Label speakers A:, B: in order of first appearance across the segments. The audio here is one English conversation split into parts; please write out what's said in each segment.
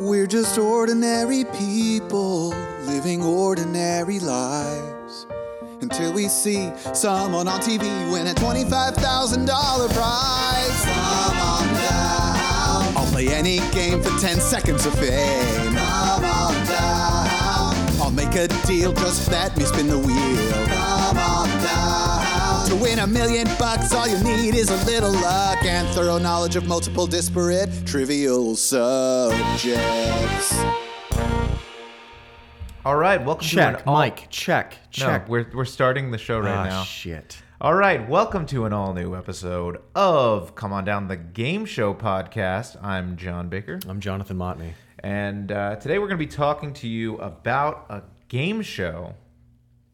A: We're just ordinary people living ordinary lives until we see someone on TV win a $25,000 prize. Come on down. I'll play any game for 10 seconds of fame. Come on down. I'll make a deal, just let me spin the wheel. Come on down. To win a million bucks, all you need is a little luck and thorough knowledge of multiple disparate trivial subjects.
B: All right, welcome to
C: Check,
B: an all-
C: Mike. Check,
B: No,
C: check.
B: we're we're starting the show right
C: Ah,
B: now.
C: shit.
B: all right, welcome to an all new episode of Come On Down the Game Show podcast. I'm John Baker,
C: I'm Jonathan Motney.
B: and uh, today we're going to be talking to you about a game show.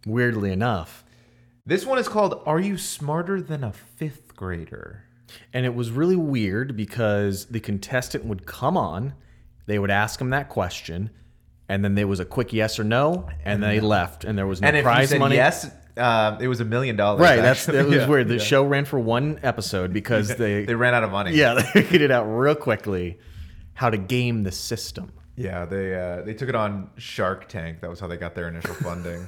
C: Weirdly enough,
B: This one is called "Are You Smarter Than a Fifth Grader?"
C: and it was really weird because the contestant would come on, they would ask him that question, and then there was a quick yes or no, and they left, and there was no
B: And if
C: prize
B: you said
C: money.
B: yes, uh, it was a million dollars.
C: right. That's
B: actually.
C: that was
B: Yeah.
C: weird. The show ran for one episode because they,
B: They ran out of money.
C: yeah, they figured it out real quickly how to game the system.
B: yeah. They uh, they took it on Shark Tank. That was how they got their initial funding.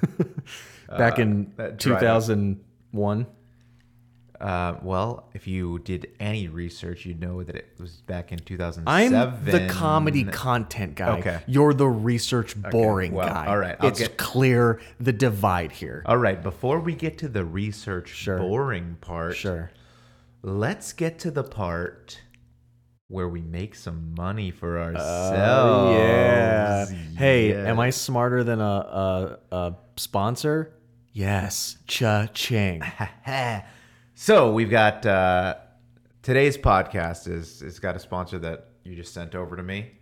C: Back in
B: Uh, that dried up.
C: 2001.
B: Uh, well, if you did any research, you'd know that it was back in 2007.
C: I'm the comedy content guy.
B: Okay.
C: You're the research boring
B: well,
C: guy.
B: all right, I'll
C: it's
B: get-
C: clear the divide here.
B: All right, before we get to the research boring part,
C: Sure.
B: let's get to the part where we make some money for ourselves.
C: yeah. Oh, Hey,
B: Oh, Yeah.
C: am I smarter than a, a, a sponsor? Yes. Cha ching.
B: So we've got uh, today's podcast is is got a sponsor that you just sent over to me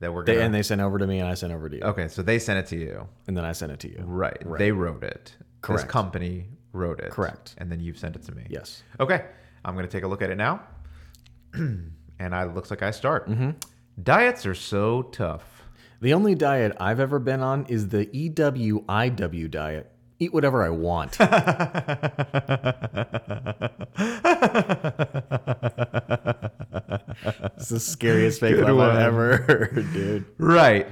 B: that we're gonna.
C: and they sent over to me, and I sent over to you,
B: okay, so they sent it to you.
C: and then I sent it to you.
B: Right. They wrote it.
C: Correct.
B: This company wrote it.
C: Correct.
B: And then you've sent it to me.
C: Yes.
B: Okay. I'm going to take a look at it now. and I looks like I start.
C: Mm-hmm.
B: Diets are so tough.
C: The only diet I've ever been on is the E EWIW diet. Eat whatever I want. it's the scariest fake
B: Good
C: laugh
B: one.
C: I've ever heard, dude.
B: Right.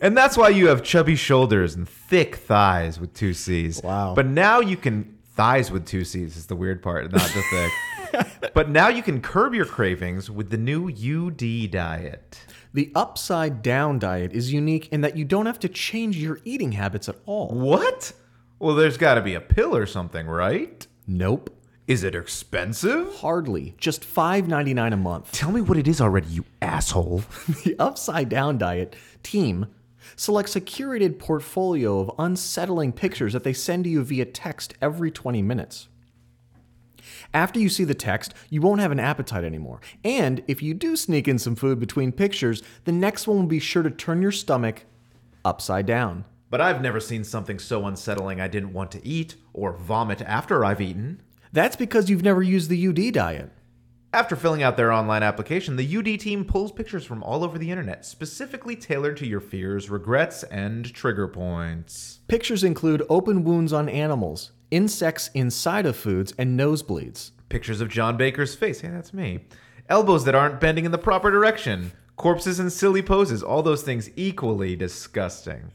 B: And that's why you have chubby shoulders and thick thighs with two C's.
C: Wow.
B: But now you can thighs with two C's is the weird part, not the thick. But now you can curb your cravings with the new UD diet.
C: The upside down diet is unique in that you don't have to change your eating habits at all.
B: What? Well, there's got to be a pill or something, right?
C: Nope.
B: Is it expensive?
C: Hardly. Just $5.99 a month.
B: Tell me what it is already, you asshole.
C: The upside down diet team selects a curated portfolio of unsettling pictures that they send to you via text every 20 minutes. After you see the text, you won't have an appetite anymore. And if you do sneak in some food between pictures, the next one will be sure to turn your stomach upside down.
B: But I've never seen something so unsettling I didn't want to eat or vomit after I've eaten.
C: That's because you've never used the UD diet.
B: After filling out their online application, the UD team pulls pictures from all over the internet, specifically tailored to your fears, regrets, and trigger points.
C: Pictures include open wounds on animals, insects inside of foods, and nosebleeds.
B: Pictures of John Baker's face. Hey, that's me. Elbows that aren't bending in the proper direction. Corpses in silly poses. All those things equally disgusting.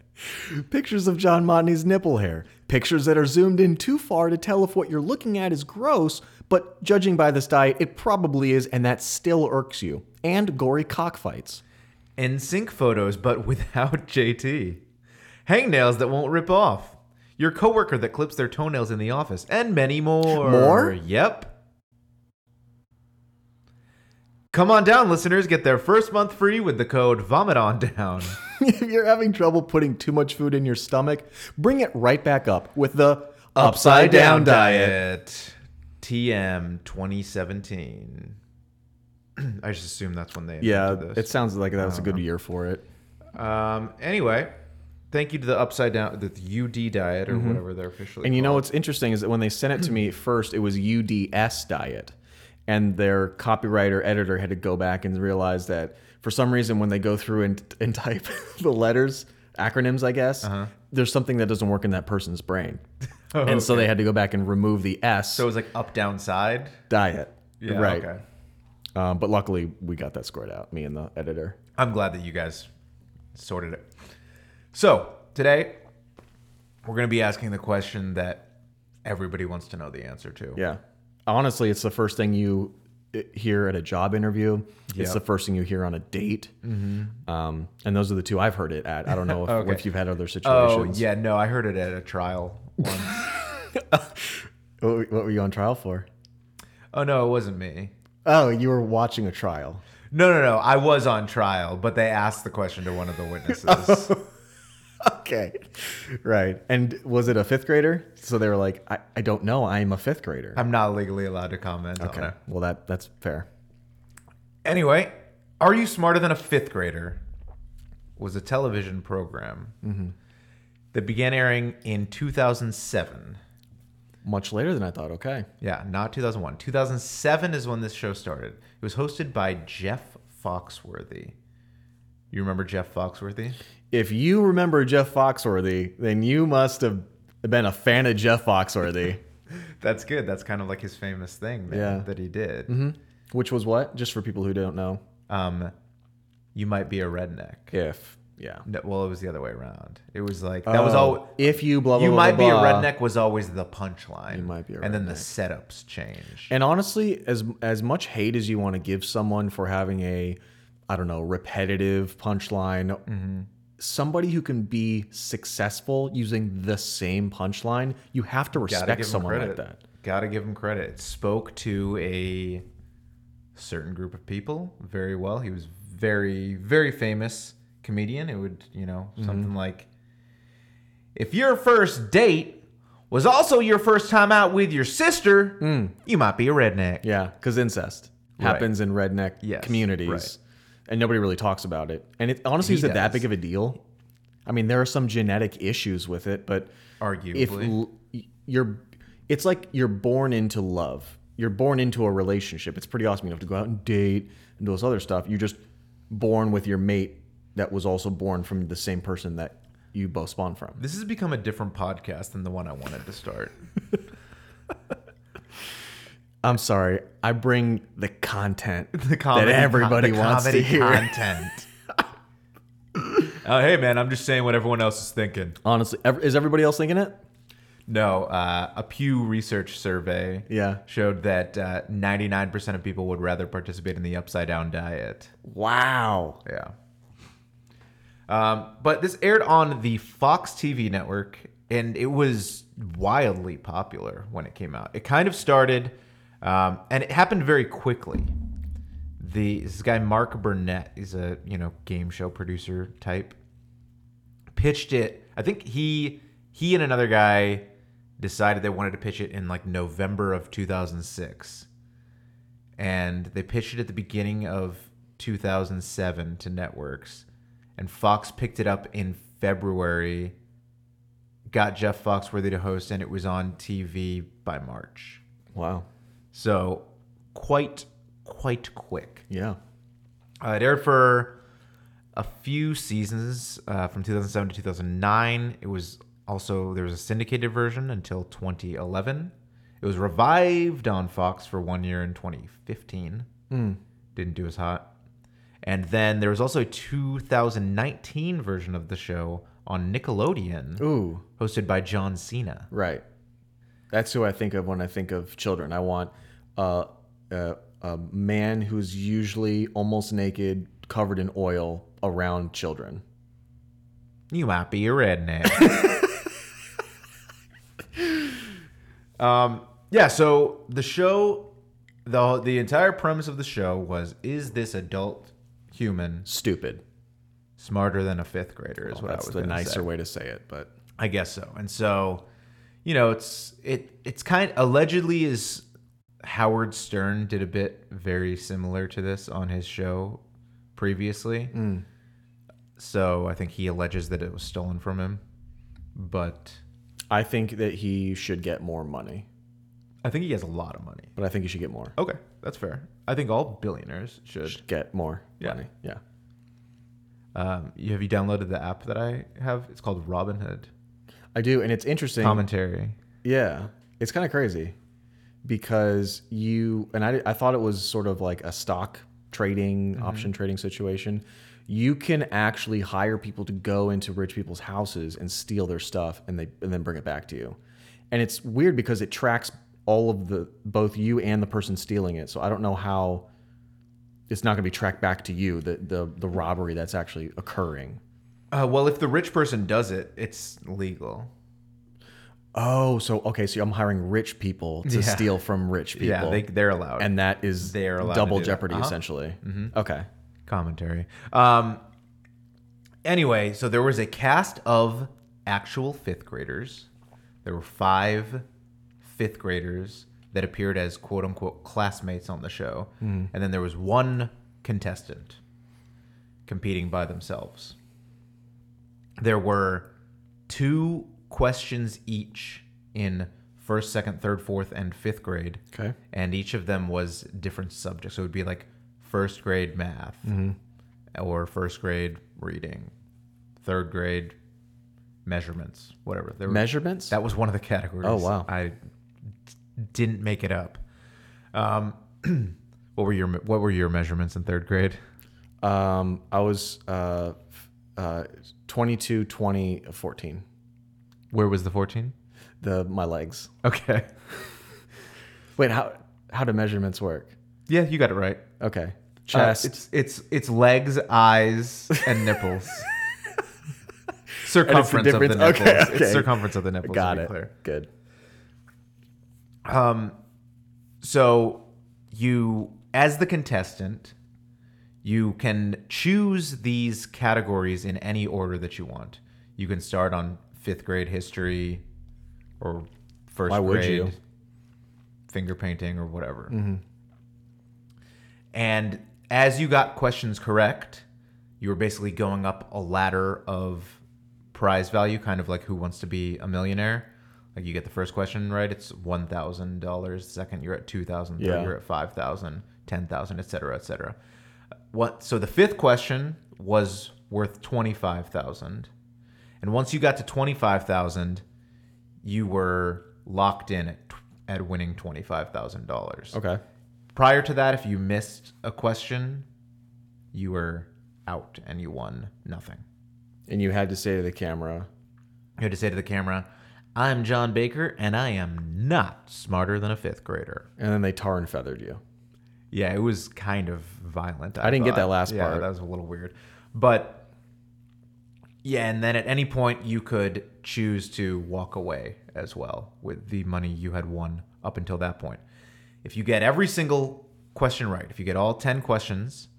C: Pictures of John Motney's nipple hair. Pictures that are zoomed in too far to tell if what you're looking at is gross, but judging by this diet, it probably is, and that still irks you. And gory cockfights.
B: and sync photos, but without JT. Hangnails that won't rip off. Your coworker that clips their toenails in the office, and many more.
C: More?
B: Yep. Come on down, listeners. Get their first month free with the code Vomit On Down.
C: if you're having trouble putting too much food in your stomach, bring it right back up with the upside down diet.
B: TM 2017. I just assume that's when they.
C: Yeah,
B: invented
C: it
B: this.
C: sounds like that was a good year for it.
B: Um. Anyway, thank you to the upside down, the UD diet or whatever they're officially.
C: Mm-hmm. And you
B: called.
C: know what's interesting is that when they sent it to me first, it was UDS diet. And their copywriter editor had to go back and realize that for some reason, when they go through and, and type the letters, acronyms, I guess,
B: Uh-huh.
C: there's something that doesn't work in that person's brain. and
B: Oh.
C: so they had to go back and remove the S
B: So it was like up, down, side.
C: diet. right. Uh,
B: Okay.
C: Um, but luckily, we got that squared out, me and the editor.
B: I'm glad that you guys Sorted it. So today, we're going to be asking the question that everybody wants to know the answer to.
C: Yeah. Honestly, it's the first thing you uh, hear at a job interview. It's
B: Yep.
C: the first thing you hear on a date. Um, and those are the two I've heard it at. I don't know if,
B: Okay.
C: if you've had other
B: Oh
C: situations.
B: yeah, no, I heard it at a trial. Once.
C: What, were- Oh, what were you on trial for?
B: oh no, it wasn't me.
C: Oh, you were watching a trial.
B: No, no, no. I was on trial, but they asked the question to one of the witnesses.
C: Oh. Okay. Right. And was it a fifth grader? So they were like, I, I don't know. I'm a fifth grader.
B: I'm not legally allowed to comment on it.
C: Well, that that's fair.
B: Anyway, Are You Smarter Than a Fifth Grader was a television program that began airing in 2007.
C: Much later than I thought. Okay.
B: Yeah, not 2001. 2007 is when this show started. It was hosted by Jeff Foxworthy. You remember Jeff Foxworthy?
C: If you remember Jeff Foxworthy, then you must have been a fan of Jeff Foxworthy,
B: That's good. That's kind of like his famous thing that,
C: Yeah.
B: that he did.
C: which was what? Just for people who don't know.
B: Um, you might be a redneck.
C: If yeah.
B: No, well, it was the other way around. It was like that was
C: Oh,
B: all.
C: If you blah blah
B: you
C: blah,
B: might
C: blah,
B: be a
C: blah.
B: redneck was always the punchline.
C: You might be a
B: and then the
C: redneck.
B: setups change.
C: And honestly, as as much hate as you want to give someone for having a, I don't know, repetitive punchline,
B: Mm-hmm.
C: somebody who can be successful using the same punchline, you have to respect
B: 'em
C: someone like
B: credit.
C: that.
B: Gotta give him credit. It spoke to a certain group of people very well. He was very, very famous comedian. It would, you know,
C: Mm-hmm.
B: something like if your first date was also your first time out with your sister,
C: Mm.
B: you might be a redneck.
C: Yeah, because incest happens in redneck
B: Yes,
C: communities,
B: right.
C: and nobody really talks about it. And it honestly is it that
B: does.
C: big of a deal? I mean, there are some genetic issues with it, but if
B: Arguably.
C: l- y- you're, it's like you're born into love. You're born into a relationship. It's pretty awesome. You don't have to go out and date and do all this other stuff. You're just born with your mate that was also born from the same person that you both spawned from.
B: This has become a different podcast than the one I wanted to start.
C: I'm sorry. I bring the content
B: The comedy,
C: that everybody
B: the
C: wants to
B: comedy
C: hear.
B: content. Oh, hey, man, I'm just saying what everyone else is thinking.
C: Honestly, ev- is everybody else thinking it?
B: No, uh, a Pew Research survey
C: Yeah.
B: showed that uh, 99% of people would rather participate in the upside down diet.
C: Wow.
B: Yeah. Um, but this aired on the Fox TV network, and it was wildly popular when it came out. It kind of started, um, and it happened very quickly. The this guy Mark Burnett is a you know game show producer type. Pitched it. I think he he and another guy decided they wanted to pitch it in like November of 2006 and they pitched it at the beginning of 2007 to networks and fox picked it up in february got jeff foxworthy to host and it was on tv by march
C: Wow.
B: so quite quite quick
C: Yeah.
B: uh, it aired for a few seasons uh, from 2007 to 2009 it was also there was a syndicated version until 2011 it was revived on fox for one year in 2015 didn't do as hot and then there was also a 2019 version of the show on nickelodeon
C: Ooh.
B: hosted by john cena
C: Right. That's who I think of when I think of children. I want uh, a, a man who's usually almost naked, covered in oil, around children.
B: You might be a redneck. um, yeah, so the show, the, the entire premise of the show was is this adult human
C: Stupid.
B: smarter than a fifth grader? Is what I
C: Oh, That's
B: was
C: the
B: gonna
C: nicer
B: say.
C: way to say it, but
B: I guess so. And so, you know, it's it it's kind allegedly is Howard Stern did a bit very similar to this on his show previously. So I think he alleges that it was stolen from him, but
C: I think that he should get more money.
B: I think he has a lot of money.
C: But I think he should get more.
B: Okay, that's fair. I think all billionaires should.
C: Should get more
B: Yeah.
C: money. Oh, Yeah.
B: Um, you, have you downloaded the app that I have? It's called Robinhood
C: I do, and it's interesting.
B: commentary.
C: Yeah, it's kind of crazy because you and I, I thought it was sort of like a stock trading,
B: Mm-hmm.
C: option trading situation, you can actually hire people to go into rich people's houses and steal their stuff and they and then bring it back to you. And it's weird because it tracks all of the both you and the person stealing it. So I don't know how it's not going to be tracked back to you the the the robbery that's actually occurring.
B: Uh, well, if the rich person does it, it's legal.
C: Oh, so okay, so I'm hiring rich people to
B: Yeah.
C: steal from rich people.
B: Yeah, they, they're allowed.
C: and that is
B: They're allowed to
C: double
B: do that.
C: jeopardy
B: Uh-huh.
C: essentially. Okay.
B: commentary. Um, anyway, so there was a cast of actual fifth graders. There were five fifth graders that appeared as quote unquote classmates on the show. And then there was one contestant competing by themselves. There were two questions each in first, second, third, fourth, and fifth grade
C: Okay.
B: and each of them was different subjects. So it would be like first grade math,
C: Mm-hmm.
B: or first grade reading, third grade measurements, whatever. There were-
C: Measurements?
B: that was one of the categories.
C: Oh, wow.
B: I d- didn't make it up. Um, what were your me- What were your measurements in third grade?
C: um I was uh f- uh 22 20 14.
B: Where was the fourteen?
C: The my legs.
B: Okay,
C: Wait, how how do measurements work?
B: yeah, you got it right.
C: Okay.
B: Uh,
C: Chest.
B: it's it's it's legs, eyes, and nipples.
C: And it's
B: circumference of the nipples.
C: difference- okay, okay.
B: It's circumference of the nipples.
C: Got
B: to be
C: it.
B: Clear.
C: Good.
B: So you, as the contestant, you can choose these categories in any order that you want. You can start on fifth grade history, or first
C: Why would
B: grade
C: you? Mm-hmm.
B: finger painting or whatever. And as you got questions correct, you were basically going up a ladder of prize value, kind of like who wants to be a millionaire. Like you get the first question right, it's one thousand dollars. Second, you're at two thousand. Third,
C: Yeah.
B: you're at five thousand, ten thousand, et cetera, et cetera. What? So the fifth question was worth twenty five thousand, and once you got to twenty five thousand, you were locked in at tw- at winning twenty five thousand dollars
C: Okay.
B: prior to that, if you missed a question, you were out and you won nothing.
C: And you had to say to the camera,
B: You had to say to the camera, I'm John Baker and I am not smarter than a fifth grader.
C: and then they tar and feathered you.
B: Yeah, it was kind of violent. I,
C: didn't get
B: thought.
C: that last
B: yeah,
C: part.
B: That was a little weird. But yeah, and then at any point you could choose to walk away as well with the money you had won up until that point. If you get every single question right, if you get all 10 questions,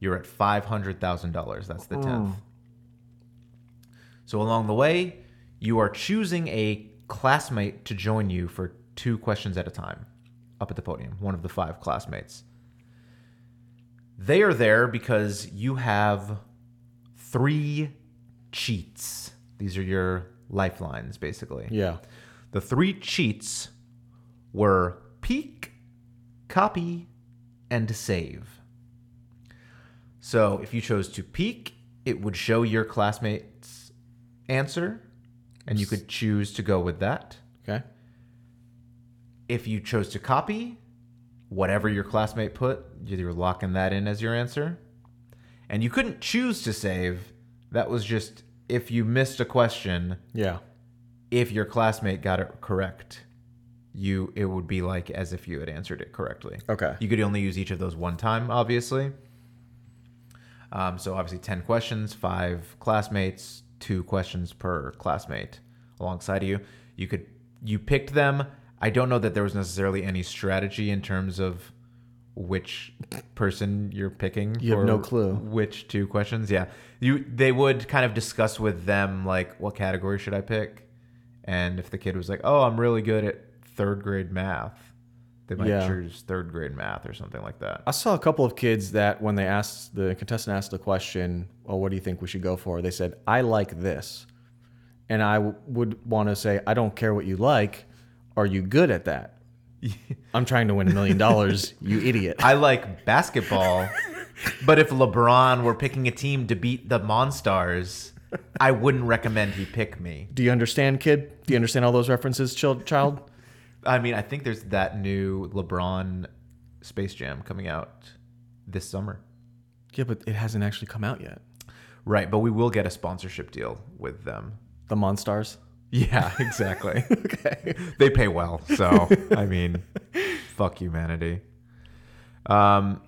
B: you're at $500,000. That's the 10th.
C: Mm.
B: So along the way, you are choosing a classmate to join you for two questions at a time up at the podium, one of the five classmates. They are there because you have three cheats. These are your lifelines, basically.
C: Yeah.
B: The three cheats were peek, copy, and save. So if you chose to peek, it would show your classmate's answer, and you could choose to go with that.
C: Okay.
B: If you chose to copy, whatever your classmate put, you're locking that in as your answer. And you couldn't choose to save. That was just if you missed a question,
C: Yeah.
B: if your classmate got it correct, you it would be like as if you had answered it correctly.
C: Okay.
B: You could only use each of those one time, obviously. Um, so obviously, ten questions, five classmates, two questions per classmate alongside of you. You could you picked them. I don't know that there was necessarily any strategy in terms of which person you're picking.
C: You have
B: for
C: no clue.
B: which two questions. Yeah, you they would kind of discuss with them like what category should I pick, and if the kid was like, "Oh, I'm really good at third grade math," they might
C: Yeah.
B: choose third grade math or something like that.
C: I saw a couple of kids that when they asked the contestant asked the question, "Oh, what do you think we should go for?" They said, "I like this," and I w- would want to say, "I don't care what you like. Are you good at that?" I'm trying to win a million dollars, you idiot.
B: I like basketball, but if LeBron were picking a team to beat the Monstars, I wouldn't recommend he pick me.
C: Do you understand, kid? Do you understand all those references, chil- child?
B: I mean, I think there's that new LeBron Space Jam coming out this summer.
C: Yeah, but it hasn't actually come out yet.
B: Right, but we will get a sponsorship deal with them.
C: The Monstars.
B: Yeah, exactly.
C: Okay.
B: they pay well, so I mean, fuck humanity. Um,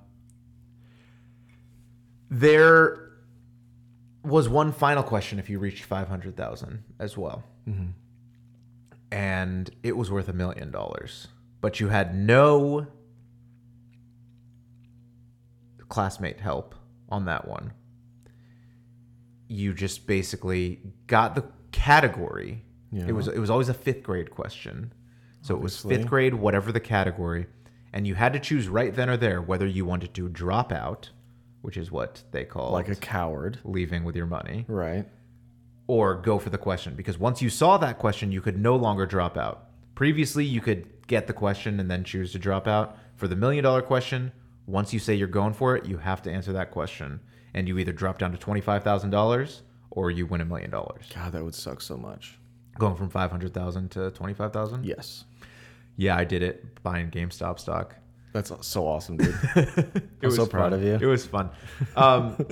B: there was one final question if you reached five hundred thousand as well,
C: Mm-hmm.
B: and it was worth a million dollars, but you had no classmate help on that one. You just basically got the category.
C: Yeah.
B: It was it was always a fifth grade question. So it was
C: Obviously.
B: fifth grade, whatever the category, and you had to choose right then or there whether you wanted to drop out, which is what they call
C: Like a coward.
B: leaving with your money,
C: Right.
B: or go for the question. Because once you saw that question, you could no longer drop out. Previously, you could get the question and then choose to drop out. For the million dollar question, once you say you're going for it, you have to answer that question, and you either drop down to twenty five thousand dollars or you win a million dollars.
C: God, that would suck so much.
B: Going from five hundred thousand to twenty five thousand.
C: Yes.
B: Yeah, I did it buying GameStop stock.
C: That's so awesome, dude.
B: It
C: I'm so proud
B: fun.
C: of you.
B: It was fun. Um,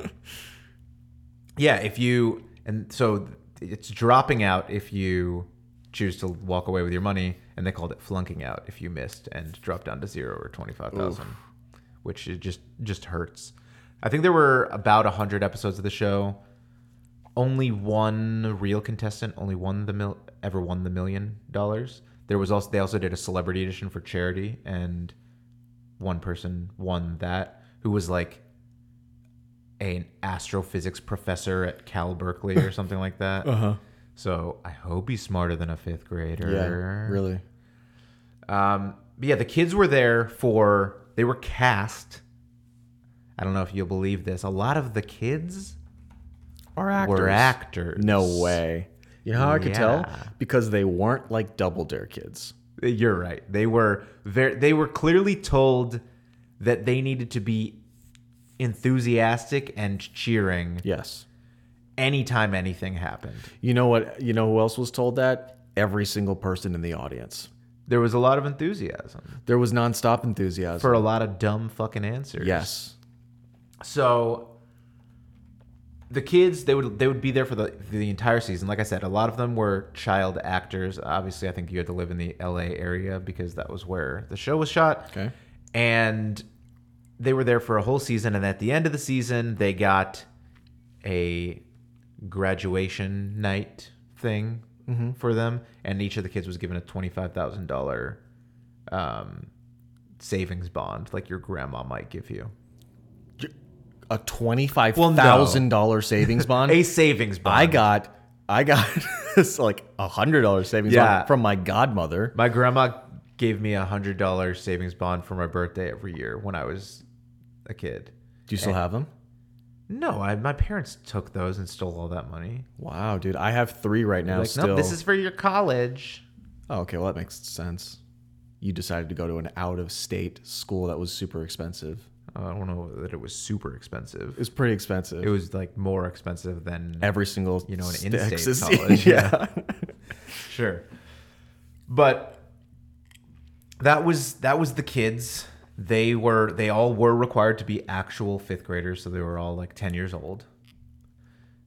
B: yeah, if you and so it's dropping out if you choose to walk away with your money, and they called it flunking out if you missed and dropped down to zero or twenty five thousand, which it just just hurts. I think there were about hundred episodes of the show. Only one real contestant only won the mil- ever won the million dollars. There was also they also did a celebrity edition for charity, and one person won that who was like an astrophysics professor at Cal Berkeley or something like that.
C: huh.
B: So I hope he's smarter than a fifth grader.
C: Yeah. Really.
B: Um, but yeah, the kids were there for they were cast. I don't know if you'll believe this. A lot of the kids
C: Our
B: were actors.
C: No way. You know how I could tell?
B: Yeah.
C: Because they weren't like Double Dare kids.
B: You're right. They were very, they were clearly told that they needed to be enthusiastic and cheering
C: Yes.
B: anytime anything happened.
C: You know what? You know who else was told that? Every single person in the audience.
B: There was a lot of enthusiasm
C: There was nonstop enthusiasm.
B: for a lot of dumb fucking answers.
C: yes.
B: So the kids they would they would be there for the the entire season. Like I said, a lot of them were child actors. Obviously, I think you had to live in the LA area because that was where the show was shot.
C: Okay.
B: And they were there for a whole season and at the end of the season, they got a graduation night thing
C: Mm-hmm.
B: for them and each of the kids was given a $25,000 um savings bond like your grandma might give you.
C: A twenty-five thousand dollar savings bond.
B: A savings bond.
C: I got, I got it's like a hundred dollar savings
B: Yeah.
C: bond from my godmother.
B: My grandma gave me a hundred dollar savings bond for my birthday every year when I was a kid. Eh.
C: Do you still have them?
B: No, I, my parents took those and stole all that money.
C: Wow, dude, I have three right now.
B: Like,
C: still.
B: no, this is for your college.
C: Oh, okay. Well, that makes sense. You decided to go to an out-of-state school that was super expensive.
B: Uh, I don't know that it was super expensive.
C: It was pretty expensive.
B: It was like more expensive than
C: Every single you
B: know, an in-state
C: Texas.
B: college,
C: yeah.
B: sure. But that was that was the kids. They were they all were required to be actual fifth graders, so they were all like ten years old.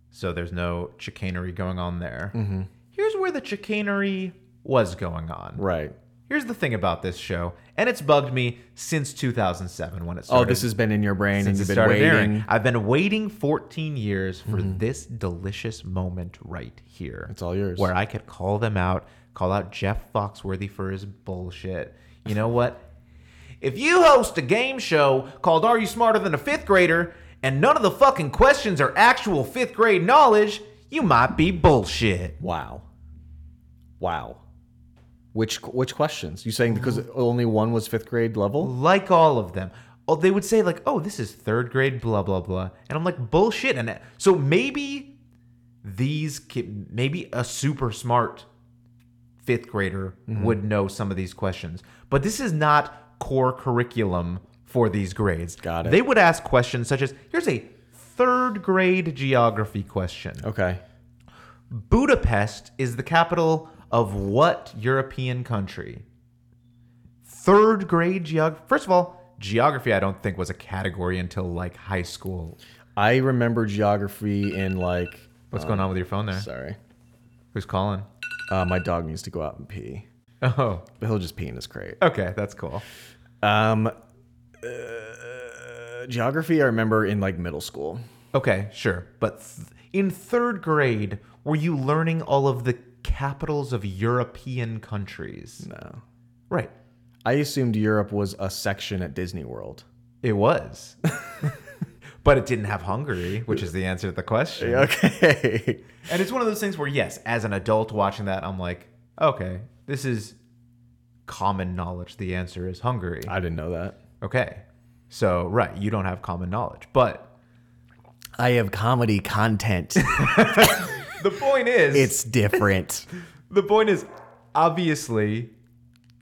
B: So there's no chicanery going on there.
C: Mm-hmm.
B: Here's where the chicanery was going on.
C: right.
B: Here's the thing about this show, and it's bugged me since 2007 when it
C: Oh,
B: started.
C: this has been in your brain
B: since it
C: and you've been
B: started
C: waiting. Mm-hmm.
B: airing. I've been waiting 14 years for this delicious moment right here.
C: It's all yours.
B: Where I could call them out, call out Jeff Foxworthy for his bullshit. You know what? If you host a game show called Are You Smarter Than a Fifth Grader and none of the fucking questions are actual fifth grade knowledge, you might be bullshit.
C: Wow. Wow. Which which questions? You saying because only one was fifth grade level?
B: like all of them. Oh, they would say like, "Oh, this is third grade, blah blah blah," and I'm like, "Bullshit!" And uh, so maybe these ki- maybe a super smart fifth grader
C: Mm-hmm.
B: would know some of these questions, but this is not core curriculum for these grades.
C: Got it.
B: They would ask questions such as, "Here's a third grade geography question:
C: Okay.
B: Budapest is the capital of what European country?" Third grade geography. First of all, Geography, I don't think, was a category until like high school.
C: I remember geography in like.
B: What's going on with your phone there?
C: Sorry.
B: Who's calling?
C: Uh, my dog needs to go out and pee.
B: Oh,
C: But he'll just pee in his crate.
B: okay, that's cool.
C: Um, uh, geography, I remember in like middle school.
B: Okay, sure. But th- in third grade, were you learning all of the capitals of European countries?
C: No.
B: Right.
C: I assumed Europe was a section at Disney World.
B: It was. but it didn't have Hungary, which is the answer to the question.
C: Okay.
B: And it's one of those things where, yes, as an adult watching that, I'm like, okay, this is common knowledge. The answer is Hungary.
C: I didn't know that.
B: Okay. So, right, you don't have common knowledge. But
C: I have comedy content.
B: the point is,
C: it's different.
B: the point is, obviously,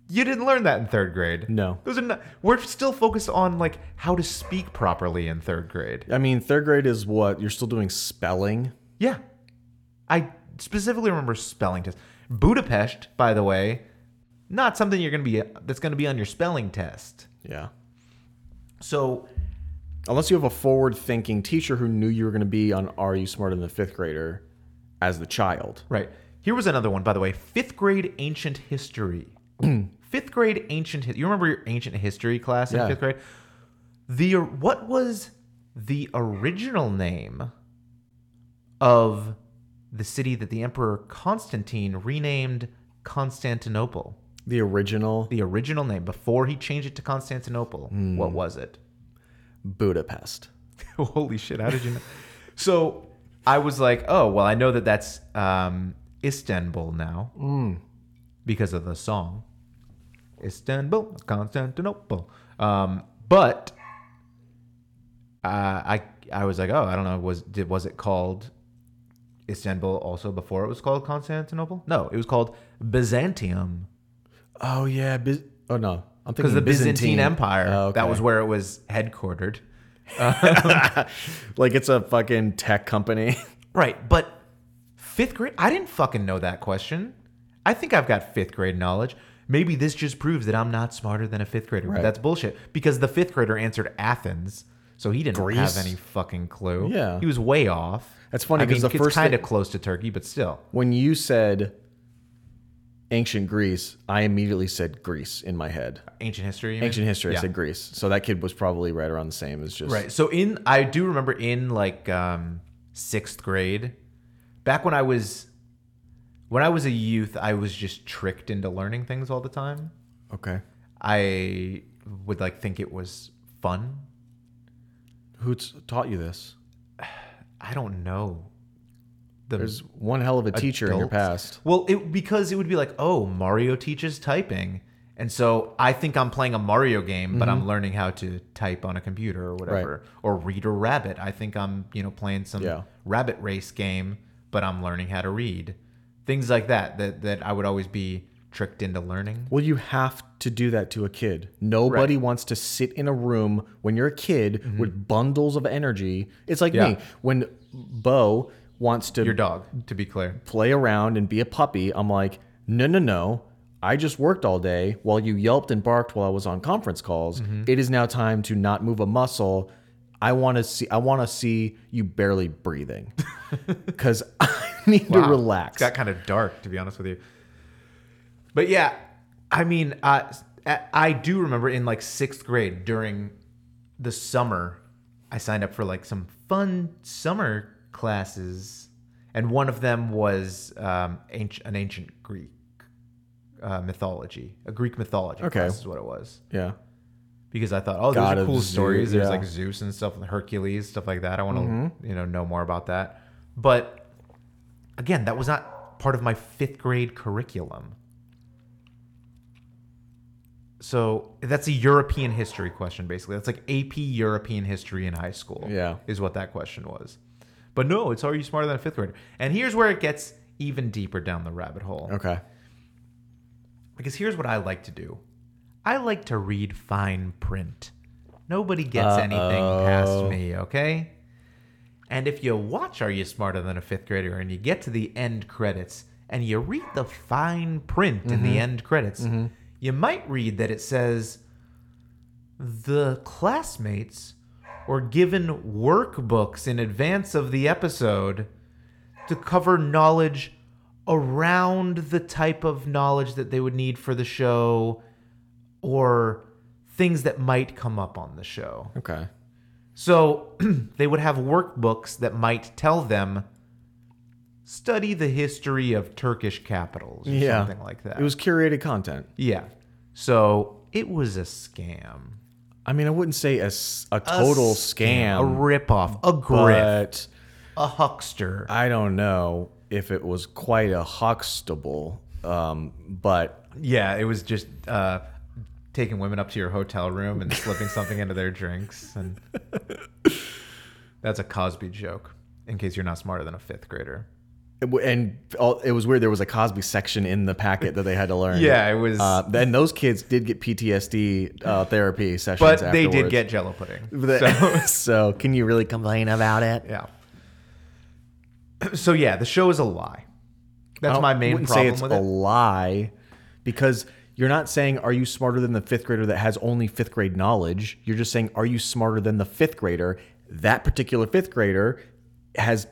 B: you didn't learn that in third grade.
C: No.
B: Those are not, we're still focused on like how to speak properly in third grade.
C: I mean, third grade is what? You're still doing spelling?
B: Yeah. I specifically remember spelling tests. Budapest, by the way, not something you're going to be that's going to be on your spelling test.
C: Yeah.
B: So,
C: Unless you have a forward thinking teacher who knew you were going to be on Are You Smarter Than the Fifth Grader as the child.
B: right. Here was another one, by the way. Fifth grade ancient history. fifth grade ancient hi- You remember your ancient history class in
C: Yeah.
B: fifth grade? The what was the original name of the city that the Emperor Constantine renamed Constantinople?
C: The original
B: the original name before he changed it to Constantinople. What was it?
C: Budapest.
B: Holy shit! How did you know? so I was like, oh well, I know that that's um, Istanbul now
C: Mm.
B: because of the song Istanbul, Constantinople. Um, but uh, I I was like, oh, I don't know, was did was it called Istanbul also before it was called Constantinople? No, it was called Byzantium.
C: Oh, yeah. Biz- oh, no. I'm thinking
B: because the Byzantine,
C: Byzantine
B: Empire
C: Oh, okay.
B: that was where it was headquartered.
C: like it's a fucking tech company.
B: Right, but fifth grade, I didn't fucking know that question. I think I've got fifth grade knowledge. Maybe this just proves that I'm not smarter than a fifth grader. but
C: Right.
B: That's bullshit because the fifth grader answered Athens, so he didn't
C: Greece?
B: have any fucking clue.
C: Yeah.
B: he was way off.
C: That's funny,
B: I mean,
C: 'cause the
B: it's
C: first
B: kind of
C: thing-
B: close to Turkey, but still.
C: when you said ancient Greece, I immediately said Greece in my head.
B: Ancient history. you mean?
C: Ancient history,
B: Yeah.
C: I said Greece. So that kid was probably right around the same as just
B: Right. So in I do remember in like um sixth grade, back when I was when I was a youth, I was just tricked into learning things all the time.
C: Okay.
B: I would like think it was fun.
C: Who t- taught you this?
B: I don't know. The
C: There's one hell of a teacher in your
B: adults-
C: past.
B: Well, it because it would be like, oh, Mario teaches typing. And so I think I'm playing a Mario game, but
C: Mm-hmm.
B: I'm learning how to type on a computer or whatever. Or read a rabbit. I think I'm, you know, playing some
C: Yeah.
B: rabbit race game, but I'm learning how to read. Things like that that that I would always be tricked into learning.
C: Well, you have to do that to a kid. Nobody wants to sit in a room when you're a kid with bundles of energy. It's like
B: Mm-hmm. Yeah.
C: me when Bo wants to
B: Your dog, to be clear.
C: play around and be a puppy. I'm like, no, no, no. I just worked all day while you yelped and barked while I was on conference calls.
B: Mm-hmm.
C: It is now time to not move a muscle. I want to see. I want to see you barely breathing, because I need to
B: Wow.
C: relax.
B: It's got kind of dark, to be honest with you. But yeah, I mean, uh, I I do remember in like sixth grade during the summer, I signed up for like some fun summer classes, and one of them was um, ancient, an ancient Greek uh, mythology, a Greek mythology
C: Okay.
B: class is what it was.
C: yeah.
B: Because I thought, oh, those
C: God
B: are
C: of
B: cool
C: Zeus,
B: stories. There's
C: yeah. Mm-hmm.
B: like Zeus and stuff, and Hercules, stuff like that. I want to, you know, know more about that. But again, that was not part of my fifth grade curriculum. So that's a European history question, basically. That's like AP European history in high school.
C: Yeah.
B: Is what that question was. But no, it's Are You Smarter Than a Fifth Grader? And here's where it gets even deeper down the rabbit hole.
C: Okay.
B: Because here's what I like to do I like to read fine print. Nobody gets anything past me, okay? And if you watch Are You Smarter Than a Fifth Grader and you get to the end credits and you read the fine print in the end credits, you might read that it says the classmates were given workbooks in advance of the episode to cover knowledge around the type of knowledge that they would need for the show or things that might come up on the show.
C: Okay.
B: So they would have workbooks that might tell them study the history of Turkish capitals or
C: Yeah.
B: something like that.
C: It was curated content.
B: yeah. So it was a scam.
C: I mean, I wouldn't say a, s- a total
B: a
C: scam,
B: ripoff, a grift,
C: but
B: a huckster.
C: I don't know if it was quite a huckstable. Um, but
B: Yeah, it was just uh, taking women up to your hotel room and slipping something into their drinks, and that's a Cosby joke. In case you're not smarter than a fifth grader.
C: it w- and all, it was weird. There was a Cosby section in the packet that they had to learn.
B: Yeah, it was.
C: Uh, then those kids did get PTSD uh, therapy sessions.
B: but they did
C: afterwards.
B: get Jello pudding.
C: The- so. can you really complain about it?
B: Yeah. So yeah, the show is a lie.
C: I
B: That's
C: don't-
B: my main
C: wouldn't
B: problem
C: say it's
B: with
C: a
B: it.
C: lie because you're not saying are you smarter than the fifth grader that has only fifth grade knowledge. You're just saying are you smarter than the fifth grader? That particular fifth grader has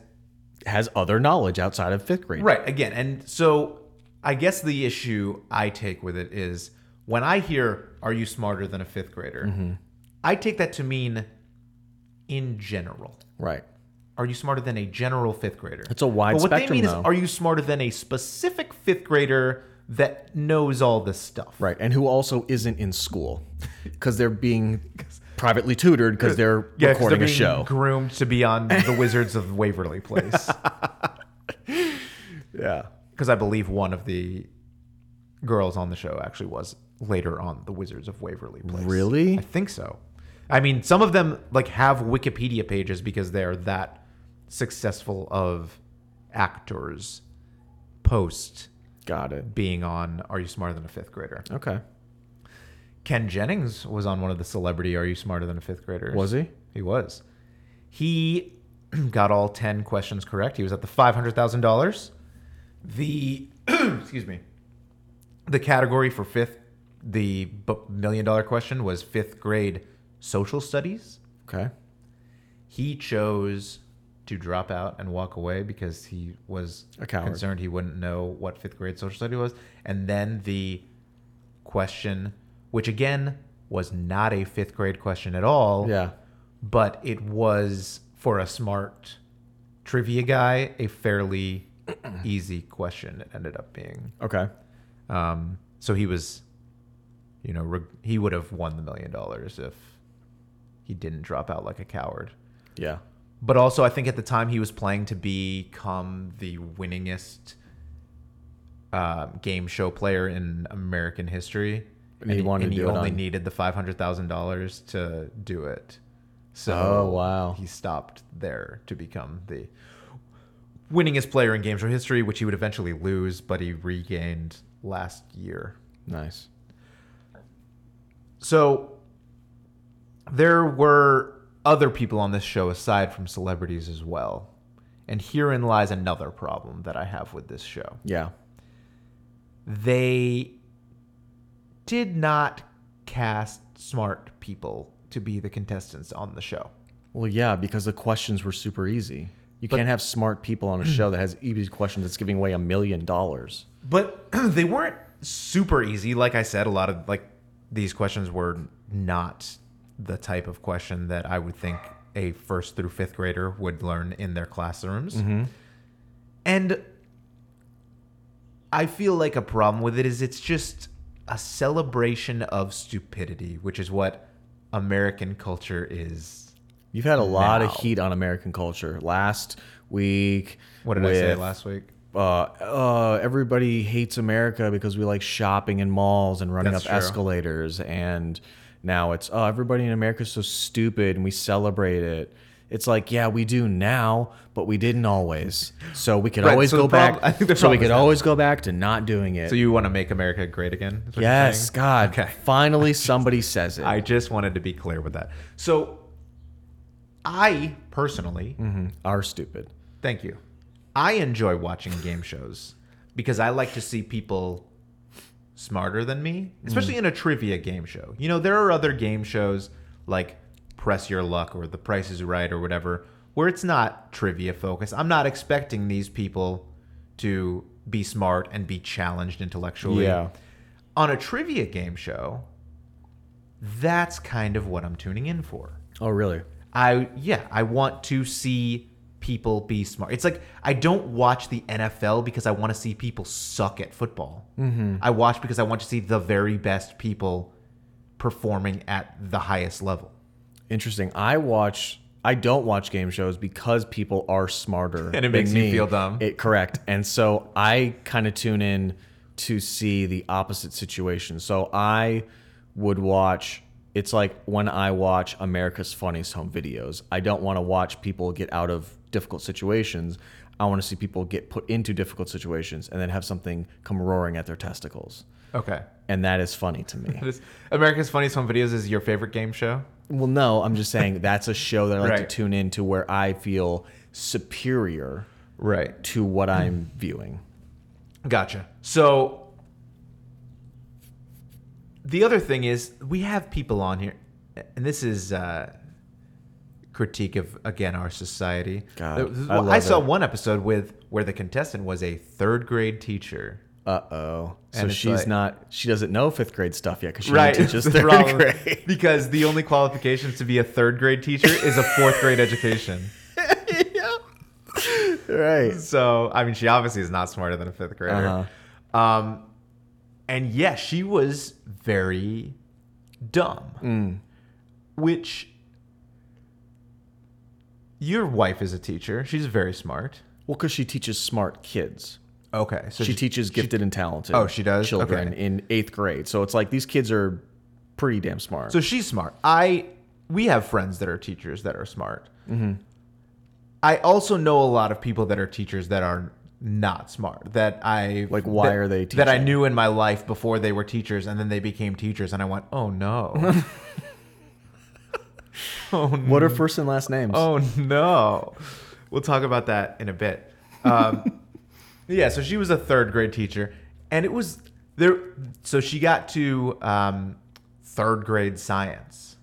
C: has other knowledge outside of fifth grade.
B: Right, again. And so I guess the issue I take with it is when I hear, are you smarter than a fifth grader?
C: Mm-hmm.
B: I take that to mean in general.
C: Right.
B: Are you smarter than a general fifth grader?
C: It's a wide
B: But what
C: spectrum,
B: they mean
C: though.
B: is, are you smarter than a specific fifth grader that knows all this stuff?
C: Right. And who also isn't in school because they're being privately tutored because they're
B: Yeah, 'cause
C: recording
B: they're
C: a
B: being
C: show.
B: groomed to be on the Wizards of Waverly Place.
C: yeah.
B: because I believe one of the girls on the show actually was later on the Wizards of Waverly Place.
C: Really?
B: I think so. I mean, some of them like have Wikipedia pages because they're that successful of actors post
C: Got it.
B: being on Are You Smarter Than a Fifth Grader?
C: Okay.
B: Ken Jennings was on one of the celebrity Are You Smarter Than a Fifth Graders.
C: Was he?
B: He was. He got all 10 questions correct. He was at the $500,000. The, excuse me, the category for fifth, the b- million dollar question was fifth grade social studies.
C: Okay.
B: He chose to drop out and walk away because he was
C: A coward.
B: concerned he wouldn't know what fifth grade social study was. And then the question, which again was not a fifth grade question at all
C: Yeah.
B: but it was for a smart trivia guy a fairly easy question it ended up being
C: Okay.
B: um, so he was you know reg- he would have won the million dollars if he didn't drop out like a coward
C: Yeah.
B: but also i think at the time he was playing to become the winningest uh, game show player in american history
C: And he wanted
B: and
C: to
B: he
C: do it
B: only
C: on-
B: needed the $500000 to do it so
C: Oh, wow.
B: he stopped there to become the winningest player in game show history which he would eventually lose but he regained last year
C: Nice.
B: so there were other people on this show aside from celebrities as well. And herein lies another problem that I have with this show.
C: Yeah.
B: They did not cast smart people to be the contestants on the show.
C: Well, yeah, because the questions were super easy. You can't have smart people on a show that has easy questions that's giving away a million dollars.
B: But they weren't super easy. Like I said, a lot of like these questions were not the type of question that I would think a first through fifth grader would learn in their classrooms. And I feel like a problem with it is it's just a celebration of stupidity, which is what American culture is.
C: You've had a lot
B: Now.
C: of heat on American culture last week.
B: What did I say
C: with,
B: last week?
C: Uh, uh, everybody hates America because we like shopping in malls and running
B: That's
C: up
B: true.
C: escalators. And now it's oh, everybody in America is so stupid, and we celebrate it. It's like yeah, we do now, but we didn't always. So we could
B: Right,
C: always
B: so the
C: go
B: prob- I
C: back.
B: think the
C: So we
B: problem
C: could
B: is that.
C: always go back to not doing it.
B: So you want to make America great again? is what you're
C: Yes,
B: saying?
C: God.
B: Okay.
C: Finally, somebody says it.
B: I just wanted to be clear with that. So, I personally,
C: Are stupid.
B: thank you. I enjoy watching game shows because I like to see people smarter than me, especially in a trivia game show. You know, there are other game shows like Press Your Luck or The Price is Right or whatever, where it's not trivia focused. I'm not expecting these people to be smart and be challenged intellectually.
C: Yeah.
B: On a trivia game show, that's kind of what I'm tuning in for.
C: Oh, really?
B: I yeah, I want to see people be smart. It's like I don't watch the NFL because I want to see people suck at football. Mm-hmm. I watch because I want to see the very best people performing at the highest level.
C: Interesting. I watch. I don't watch game shows because people are smarter,
B: And it
C: than
B: makes you
C: me.
B: feel dumb.
C: It correct, and so I kind of tune in to see the opposite situation. So I would watch. It's like when I watch America's Funniest Home Videos. I don't want to watch people get out of difficult situations. I want to see people get put into difficult situations and then have something come roaring at their testicles,
B: Okay.
C: and that is funny to me.
B: This, America's Funniest Home Videos is your favorite game show?
C: Well, no, I'm just saying that's a show that I like
B: Right.
C: to tune in to where I feel superior
B: Right.
C: to
B: Hmm.
C: what I'm viewing.
B: Gotcha. So the other thing is we have people on here, and this is uh, critique of again our society.
C: God,
B: Uh, this is-
C: I love
B: saw
C: it.
B: one episode with where the contestant was a third grade teacher.
C: Uh oh. So
B: And it's
C: she's
B: like-
C: not. She doesn't know fifth grade stuff yet because she
B: Right, it's
C: teaches
B: the
C: third
B: problem,
C: grade.
B: because the only qualifications to be a third grade teacher is a fourth grade education.
C: right.
B: So I mean, she obviously is not smarter than a fifth
C: Uh-huh.
B: grader. Um, and yeah, she was very dumb,
C: Mm.
B: which your wife is a teacher. She's very smart.
C: Well, because she teaches smart kids.
B: Okay, so
C: She teaches gifted and talented.
B: Oh, she does?
C: Children
B: Okay.
C: in eighth grade. So it's like these kids are pretty damn smart.
B: So she's smart. I we have friends that are teachers that are smart.
C: Mm-hmm.
B: I also know a lot of people that are teachers that are not smart. That I
C: Like, why
B: that-
C: are they
B: That I
C: teaching?
B: knew in my life before they were teachers, and then they became teachers, and I went, oh no,
C: what are first and last names?
B: Hmm. oh no. We'll talk about that in a bit. Um, yeah, so she was a third grade teacher, and it was there. So she got to um, third grade science.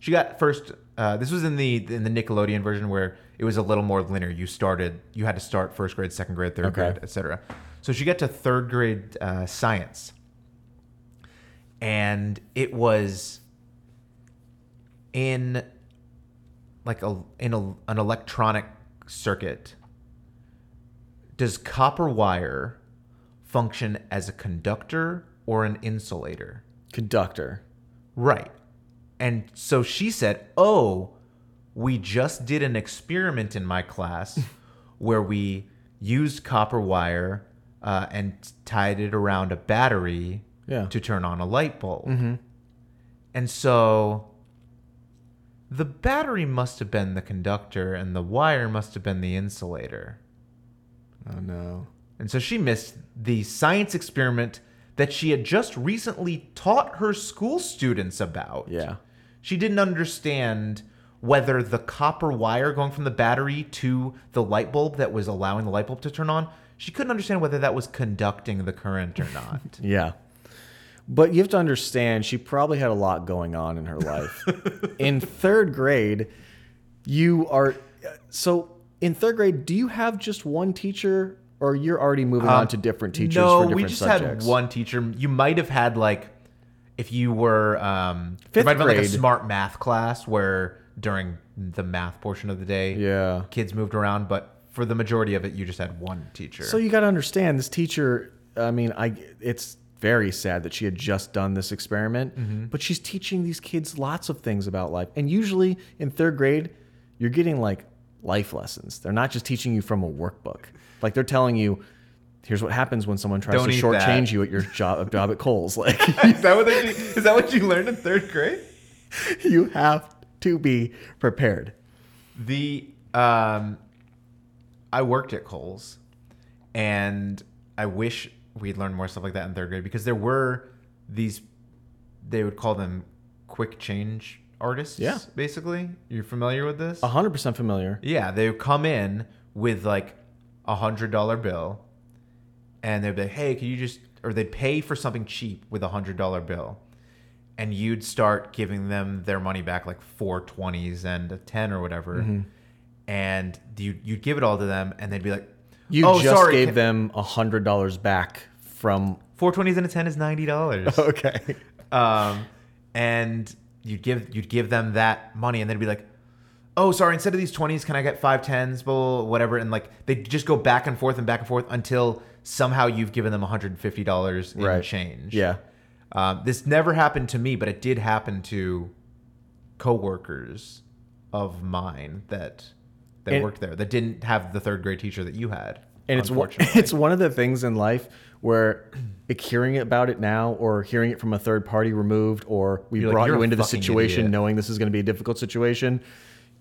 B: She got first. Uh, this was in the in the Nickelodeon version where it was a little more linear. You started. You had to start first grade, second grade, third
C: Okay.
B: grade, etc. So she got to third grade uh, science, and it was in like a in a, an electronic circuit. Does copper wire function as a conductor or an insulator?
C: Conductor.
B: Right. And so she said, Oh, we just did an experiment in my class where we used copper wire uh, and tied it around a battery
C: Yeah.
B: to turn on a light bulb. And so the battery must have been the conductor and the wire must have been the insulator.
C: Oh no.
B: And so she missed the science experiment that she had just recently taught her school students about.
C: Yeah.
B: She didn't understand whether the copper wire going from the battery to the light bulb that was allowing the light bulb to turn on, she couldn't understand whether that was conducting the current or not.
C: Yeah. But you have to understand, she probably had a lot going on in her life. in third grade, you are. So, in third grade, do you have just one teacher or you're already moving on to different teachers for
B: Um, no,
C: different
B: we just
C: subjects?
B: had one teacher. You might have had like, if you were um, there
C: Fifth
B: might have been like a
C: grade.
B: smart math class where during the math portion of the day,
C: Yeah.
B: kids moved around, but for the majority of it, you just had one teacher.
C: So, you got to understand, this teacher, I mean, I it's very sad that she had just done this experiment,
B: Mm-hmm.
C: but she's teaching these kids lots of things about life. And usually in third grade, you're getting like life lessons. They're not just teaching you from a workbook. Like they're telling you, here's what happens when someone tries
B: Don't
C: to
B: eat
C: shortchange
B: that.
C: you at your job job at Kohl's. Like
B: is that what they, is that what you learned in third grade?
C: you have to be prepared.
B: The um, I worked at Kohl's, and I wish we'd learned more stuff like that in third grade because there were these. They would call them quick change artists.
C: Yeah.
B: basically, you're familiar with this.
C: hundred percent familiar.
B: Yeah, they would come in with like a hundred dollar bill, and they'd be like, "Hey, can you just or they'd pay for something cheap with a hundred dollar bill, and you'd start giving them their money back like four twenties and a ten or whatever,
C: Mm-hmm.
B: and you you'd give it all to them, and they'd be like,
C: You
B: "Oh,
C: just
B: sorry,
C: gave
B: can-
C: them a hundred dollars back from.
B: four twenties and a ten is ninety dollars."
C: Okay.
B: um, and you'd give you'd give them that money, and they'd be like, "Oh, sorry, instead of these twenties, can I get five tens, blah, whatever?" And like they would just go back and forth and back and forth until somehow you've given them one hundred and fifty dollars in
C: Right.
B: change.
C: Yeah.
B: um, this never happened to me, but it did happen to coworkers of mine that that
C: And-
B: worked there that didn't have the third grade teacher that you had.
C: and it's one,
B: unfortunately.
C: it's one of the things in life where like, hearing about it now or hearing it from a third party removed or we
B: You're like,
C: brought
B: "You're
C: you
B: a
C: into the
B: fucking
C: situation
B: idiot."
C: knowing this is going to be a difficult situation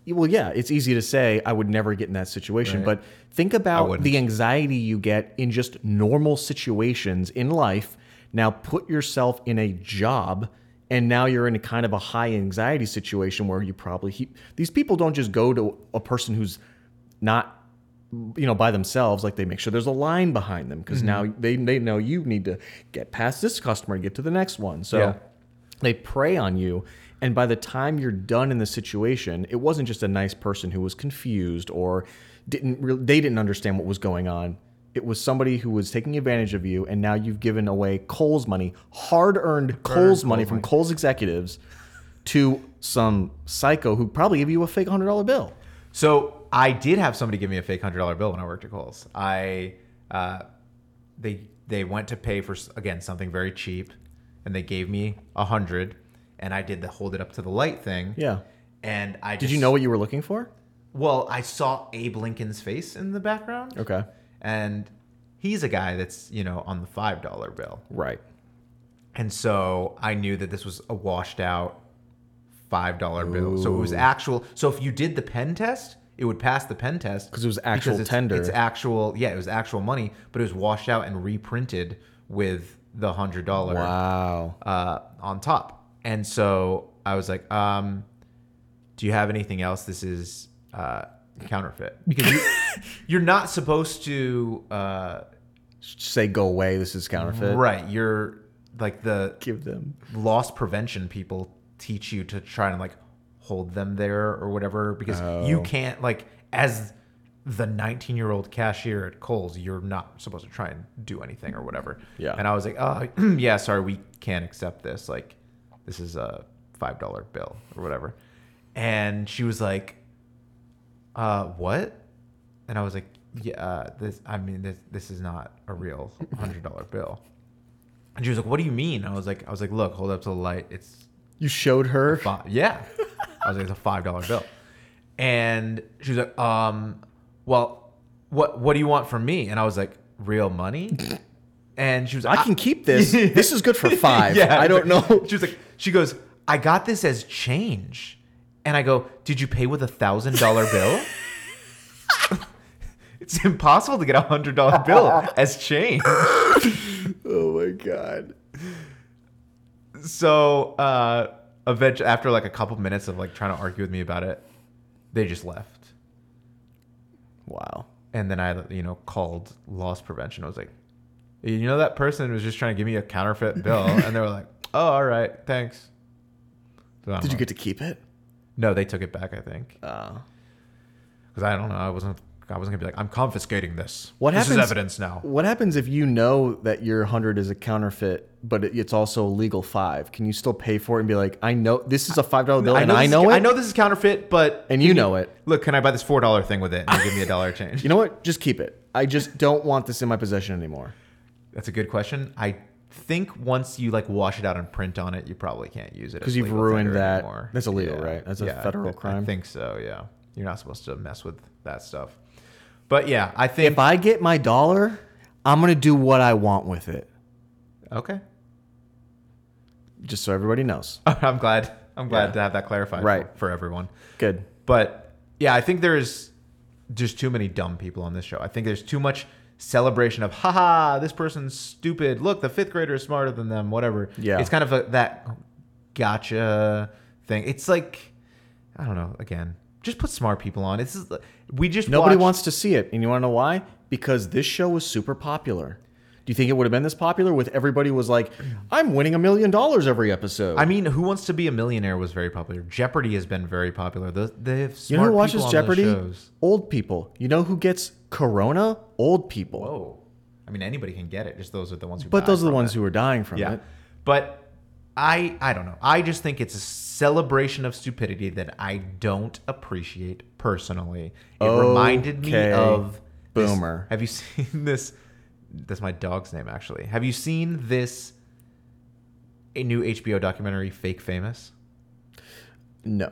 C: y- well yeah it's easy to say i would never get in that situation
B: Right.
C: but think about
B: wouldn't.
C: the anxiety you get in just normal situations in life now put yourself in a job and now you're in a kind of a high anxiety situation where you probably he, these people don't just go to a person who's not you know by themselves like they make sure there's a line behind them because now they, they know you need to get past this customer and get to the next one so
B: Yeah.
C: they prey on you and by the time you're done in the situation it wasn't just a nice person who was confused or didn't real they didn't understand what was going on it was somebody who was taking advantage of you and now you've given away Cole's money hard-earned Cole's money from Cole's executives to some psycho who probably gave you a fake $100 bill
B: So I did have somebody give me a fake hundred dollar bill when I worked at Kohl's. I uh, they they went to pay for s- again something very cheap, and they gave me a hundred, and I did the hold it up to the light thing.
C: Yeah.
B: And I
C: did
B: just,
C: you know what you were looking for
B: Well, I saw Abe Lincoln's face in the background.
C: okay
B: And he's a guy that's you know on the five dollar bill,
C: right
B: and so I knew that this was a washed out five dollar bill. So it was actual. So if you did the pen test, it would pass the pen test
C: 'Cause it was actual
B: it's-
C: tender.
B: It's actual. Yeah, it was actual money, but it was washed out and reprinted with the hundred dollar
C: Wow.
B: uh, on top. And so I was like, um, "Do you have anything else? This is uh, counterfeit because you, you're not supposed to." Uh,
C: Say go away. This is counterfeit.
B: right, you're like the
C: Give them.
B: loss prevention people teach you to try and like hold them there or whatever because you can't like as the 19 year old cashier at Kohl's you're not supposed to try and do anything or whatever
C: Yeah.
B: and I was like oh yeah sorry we can't accept this like this is a five dollar bill or whatever and she was like uh what and I was like yeah uh, this I mean this this is not a real hundred dollar bill and she was like, "What do you mean?" I was like, "I was like, look, hold up to the light. It's
C: You showed her.
B: five. Yeah." I was like, "It's a five dollar bill," and she was like, "Um, well, what what do you want from me?" And I was like, "Real money." And she was, like,
C: I can keep this. this is good for five. I don't know.
B: She was like, she goes, "I got this as change," and I go, "Did you pay with a thousand dollar bill?" It's impossible to get a hundred dollar bill as change.
C: Oh my god.
B: so uh eventually after like a couple minutes of like trying to argue with me about it they just left
C: Wow.
B: and then i you know called loss prevention i was like you know that person was just trying to give me a counterfeit bill and they were like oh all right thanks So I'm
C: Did you Oh.
B: like-
C: get to keep it?
B: no they took it back i think because i don't know i wasn't i wasn't gonna be like i'm confiscating this
C: What
B: this
C: happens-
B: is evidence now
C: What happens if you know that your hundred is a counterfeit, but it, it's also a legal five? Can you still pay for it and be like, I know this is a five dollar bill, and I
B: this
C: know
B: is,
C: it,
B: i know this is counterfeit but
C: and you know it.
B: look can i buy this four dollar thing with it and you give me a dollar change
C: You know what? Just keep it. I just don't want this in my possession anymore.
B: That's a good question. I think once you like wash it out and print on it, you probably can't use it as
C: Because you've
B: legal
C: ruined
B: tender
C: that.
B: anymore.
C: That's illegal, right? That's a
B: Yeah, I
C: federal
B: thi-
C: crime.
B: I think so. Yeah, you're not supposed to mess with that stuff. But yeah, I think
C: If I get my dollar, I'm gonna do what I want with it.
B: okay.
C: Just so everybody knows.
B: I'm glad. I'm glad
C: Yeah.
B: to have that clarified
C: Right.
B: for everyone.
C: Good.
B: But yeah, I think there's just too many dumb people on this show. I think there's too much celebration of haha, this person's stupid. Look, the fifth grader is smarter than them, whatever.
C: Yeah.
B: It's kind of a, that gotcha thing. It's like I don't know, again. Just put smart people on. It's we just
C: Nobody
B: watched-
C: wants to see it. And you want to know why? Because this show was super popular. Do you think it would have been this popular with everybody was like, I'm winning a million dollars every episode?
B: I mean, Who Wants to Be a Millionaire was very popular. Jeopardy has been very popular. The, they have smart
C: you know who watches
B: people on those
C: Jeopardy?
B: Shows.
C: Old people. You know who gets corona? Old people.
B: Whoa. I mean, anybody can get it. Just those are the ones who.
C: But
B: die
C: those are the
B: from
C: ones
B: it.
C: who are dying from
B: Yeah.
C: it.
B: But I I don't know. I just think it's a celebration of stupidity that I don't appreciate personally. It reminded me
C: Okay,
B: of this-
C: boomer.
B: have you seen this? That's my dog's name actually. Have you seen this a new HBO documentary Fake Famous?
C: No.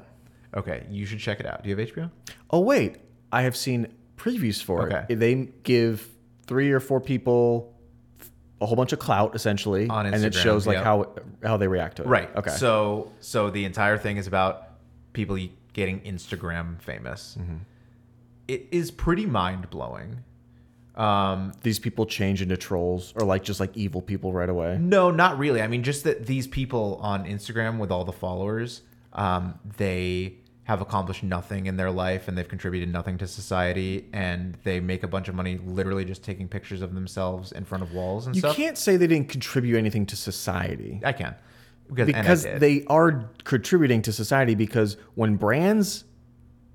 B: Okay, you should check it out. Do you have HBO?
C: Oh wait, I have seen previews for
B: Okay.
C: it. They give three or four people a whole bunch of clout essentially,
B: On
C: and it
B: Instagram,
C: shows like
B: yep.
C: how how they react to it.
B: Right.
C: Okay.
B: So so the entire thing is about people e-, getting Instagram famous.
C: Mm-hmm.
B: It is pretty mind blowing. Um,
C: these people change into trolls or like just like evil people right away.
B: No, not really. I mean, just that these people on Instagram with all the followers, um, they have accomplished nothing in their life and they've contributed nothing to society and they make a bunch of money literally just taking pictures of themselves in front of walls and
C: You
B: stuff.
C: can't say they didn't contribute anything to society
B: I can. Because, and I
C: because
B: did.
C: they are contributing to society because when brands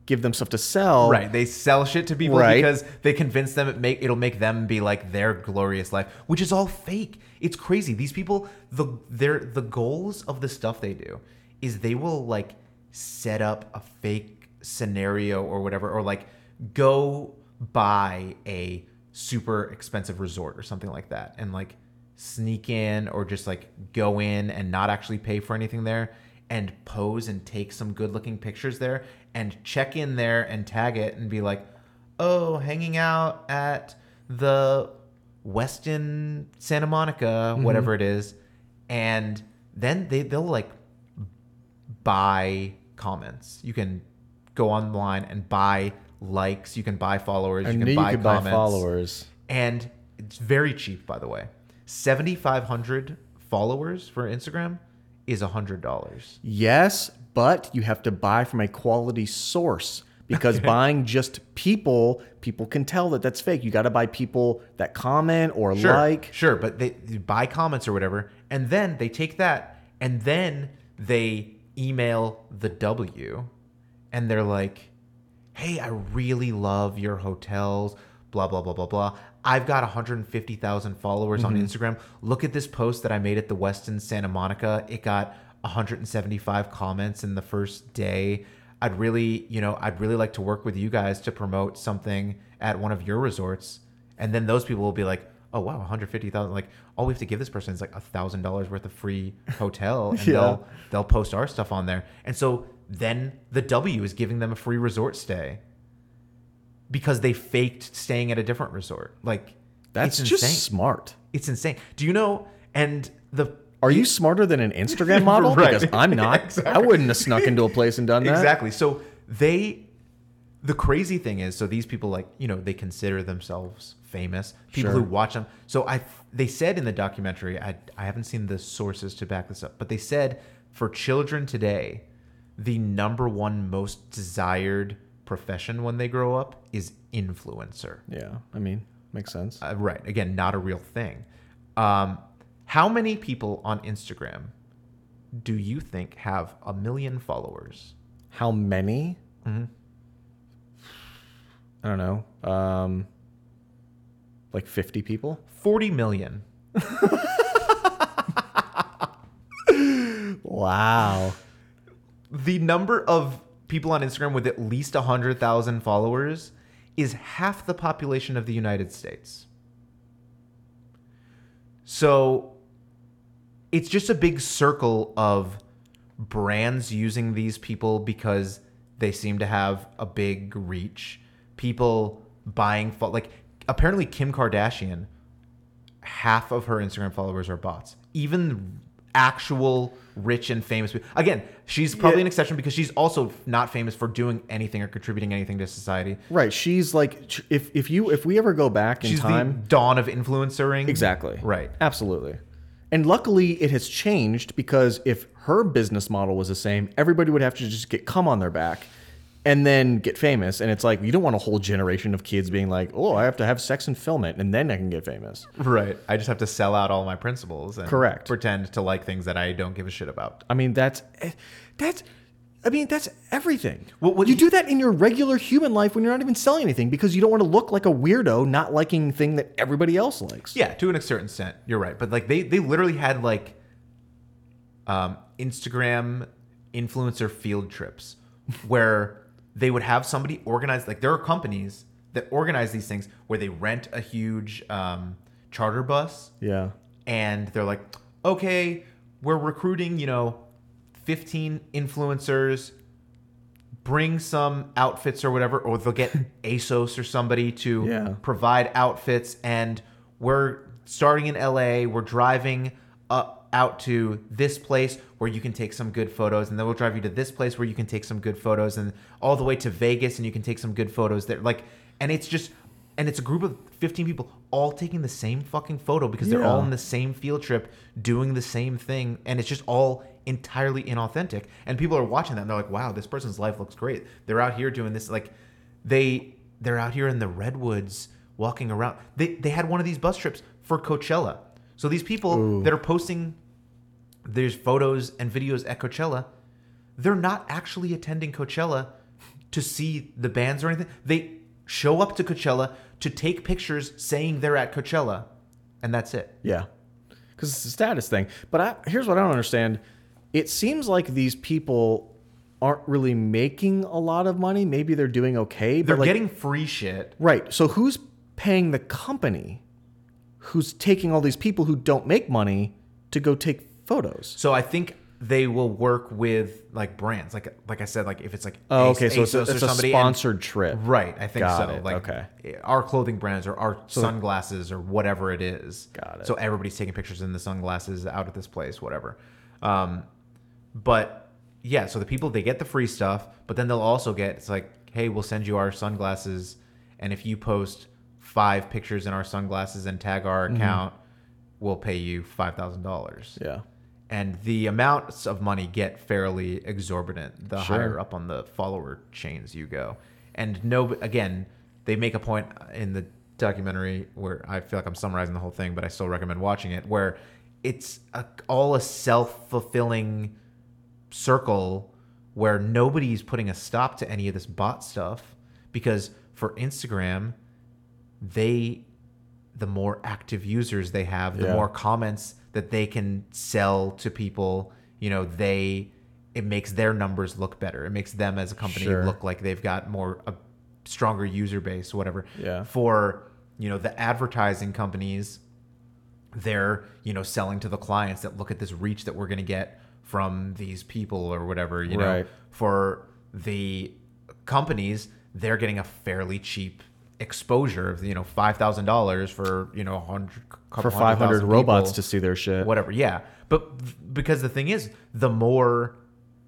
C: give them stuff to sell,
B: Right, they sell shit to people
C: Right.
B: because they convince them it make it'll make them be like their glorious life, which is all fake. It's crazy. These people, the their the goals of the stuff they do is they will like set up a fake scenario or whatever, or like go buy a super expensive resort or something like that, and like sneak in or just like go in and not actually pay for anything there and pose and take some good looking pictures there and check in there and tag it and be like, oh, hanging out at the Westin Santa Monica,
C: Mm-hmm.
B: whatever it is. And then they, they'll like buy comments. You can go online and buy likes. You can buy followers.
C: I
B: you
C: knew
B: can
C: you
B: buy
C: could
B: comments
C: buy followers.
B: and it's very cheap by the way 7500 followers for instagram is $100
C: Yes, but you have to buy from a quality source because buying just people, people can tell that that's fake. You got to buy people that comment or
B: sure
C: like.
B: sure but they you buy comments or whatever and then they take that and then they email the w and they're like hey i really love your hotels blah blah blah blah blah i've got 150000 followers on instagram look at this post that i made at the westin santa monica it got 175 comments in the first day i'd really you know i'd really like to work with you guys to promote something at one of your resorts and then those people will be like oh wow 150000 like all we have to give this person is like $1000 worth of free hotel and
C: Yeah.
B: they'll they'll post our stuff on there and so then the w is giving them a free resort stay because they faked staying at a different resort like
C: That's
B: it's
C: just
B: insane.
C: smart.
B: it's insane do you know and the
C: Are you smarter than an Instagram model?
B: Right.
C: Because I'm not. I wouldn't have snuck into a place and done that.
B: Exactly. So they, the crazy thing is, so these people like you know they consider themselves famous. People
C: Sure.
B: who watch them. So I, they said in the documentary, I I haven't seen the sources to back this up, but they said for children today, the number one most desired profession when they grow up is influencer.
C: Yeah, I mean, makes sense.
B: Uh, right. Again, not a real thing. Um, how many people on Instagram do you think have a million followers?
C: How many?
B: Mm-hmm.
C: I don't know. Um, like 50 people?
B: 40 million.
C: Wow.
B: The number of people on Instagram with at least 100,000 followers is half the population of the United States. So it's just a big circle of brands using these people because they seem to have a big reach. People buying, fo- like, apparently Kim Kardashian, half of her Instagram followers are bots. Even actual rich and famous people. Again, she's probably an exception because she's also not famous for doing anything or contributing anything to society.
C: Right. She's like, if, if you if we ever go back in
B: She's
C: time,
B: the dawn of influencering.
C: Exactly.
B: Right.
C: Absolutely. And luckily, it has changed because if her business model was the same, everybody would have to just get cum on their back and then get famous. And it's like, you don't want a whole generation of kids being like, oh, I have to have sex and film it, and then I can get famous.
B: Right. I just have to sell out all my principles and
C: Correct.
B: pretend to like things that I don't give a shit about.
C: I mean, that's eh, that's. I mean, that's everything.
B: What- what-
C: you do that in your regular human life when you're not even selling anything because you don't want to look like a weirdo not liking thing that everybody else likes.
B: Yeah, to an certain extent, you're right. But like they they literally had like um, Instagram influencer field trips where they would have somebody organize. Like there are companies that organize these things where they rent a huge um, charter bus
C: Yeah.
B: and they're like, okay, we're recruiting, you know, 15 influencers. Bring some outfits or whatever, or they'll get ASOS or somebody to
C: Yeah.
B: provide outfits. And we're starting in LA. We're driving up out to this place where you can take some good photos, and then we'll drive you to this place where you can take some good photos, and all the way to Vegas, and you can take some good photos there. Like, and it's just, and it's a group of fifteen people all taking the same fucking photo because they're all
C: Yeah.
B: in the same field trip doing the same thing, and it's just all entirely inauthentic. And people are watching that, and they're like, "Wow, this person's life looks great. They're out here doing this like." they they're out here in the redwoods walking around. They they had one of these bus trips for Coachella. So these people that are posting there's photos and videos at Coachella, they're not actually attending Coachella to see the bands or anything. They show up to Coachella to take pictures saying they're at Coachella, and that's it.
C: Yeah. Because it's a status thing. But I, here's what I don't understand. It seems like these people aren't really making a lot of money. Maybe they're doing okay.
B: They're
C: but like,
B: getting free shit.
C: Right. So who's paying the company who's taking all these people who don't make money to go take photos?
B: So I think they will work with like brands, like like I said, like if it's like
C: Oh,
B: Ace-
C: okay. So it's a,
B: ASOS or
C: it's a
B: somebody, and-
C: sponsored trip.
B: Right, I think
C: Got
B: so.
C: it,
B: Like eh,
C: okay.
B: our clothing brands or our sunglasses or whatever it is.
C: Got it.
B: So everybody's taking pictures in the sunglasses out at this place, whatever. Um, but yeah, so the people they get the free stuff, but then they'll also get it's like, hey, we'll send you our sunglasses, and if you post five pictures in our sunglasses and tag our
C: Mm-hmm.
B: account, we'll pay you five thousand dollars
C: Yeah.
B: and the amounts of money get fairly exorbitant the
C: Sure.
B: higher up on the follower chains you go. And no, again, they make a point in the documentary where I feel like I'm summarizing the whole thing, but I still recommend watching it, where it's a, all a self fulfilling circle where nobody's putting a stop to any of this bot stuff because for Instagram, they the more active users they have, the
C: Yeah.
B: more comments that they can sell to people, you know, they it makes their numbers look better. It makes them as a company
C: Sure.
B: look like they've got more a stronger user base, whatever.
C: Yeah.
B: For, you know, the advertising companies, they're you know selling to the clients that look at this reach that we're going to get from these people or whatever you know
C: Right.
B: for the companies they're getting a fairly cheap exposure of you know $5000 for you know 100
C: For 500 robots to see their shit.
B: whatever yeah but th- because the thing is the more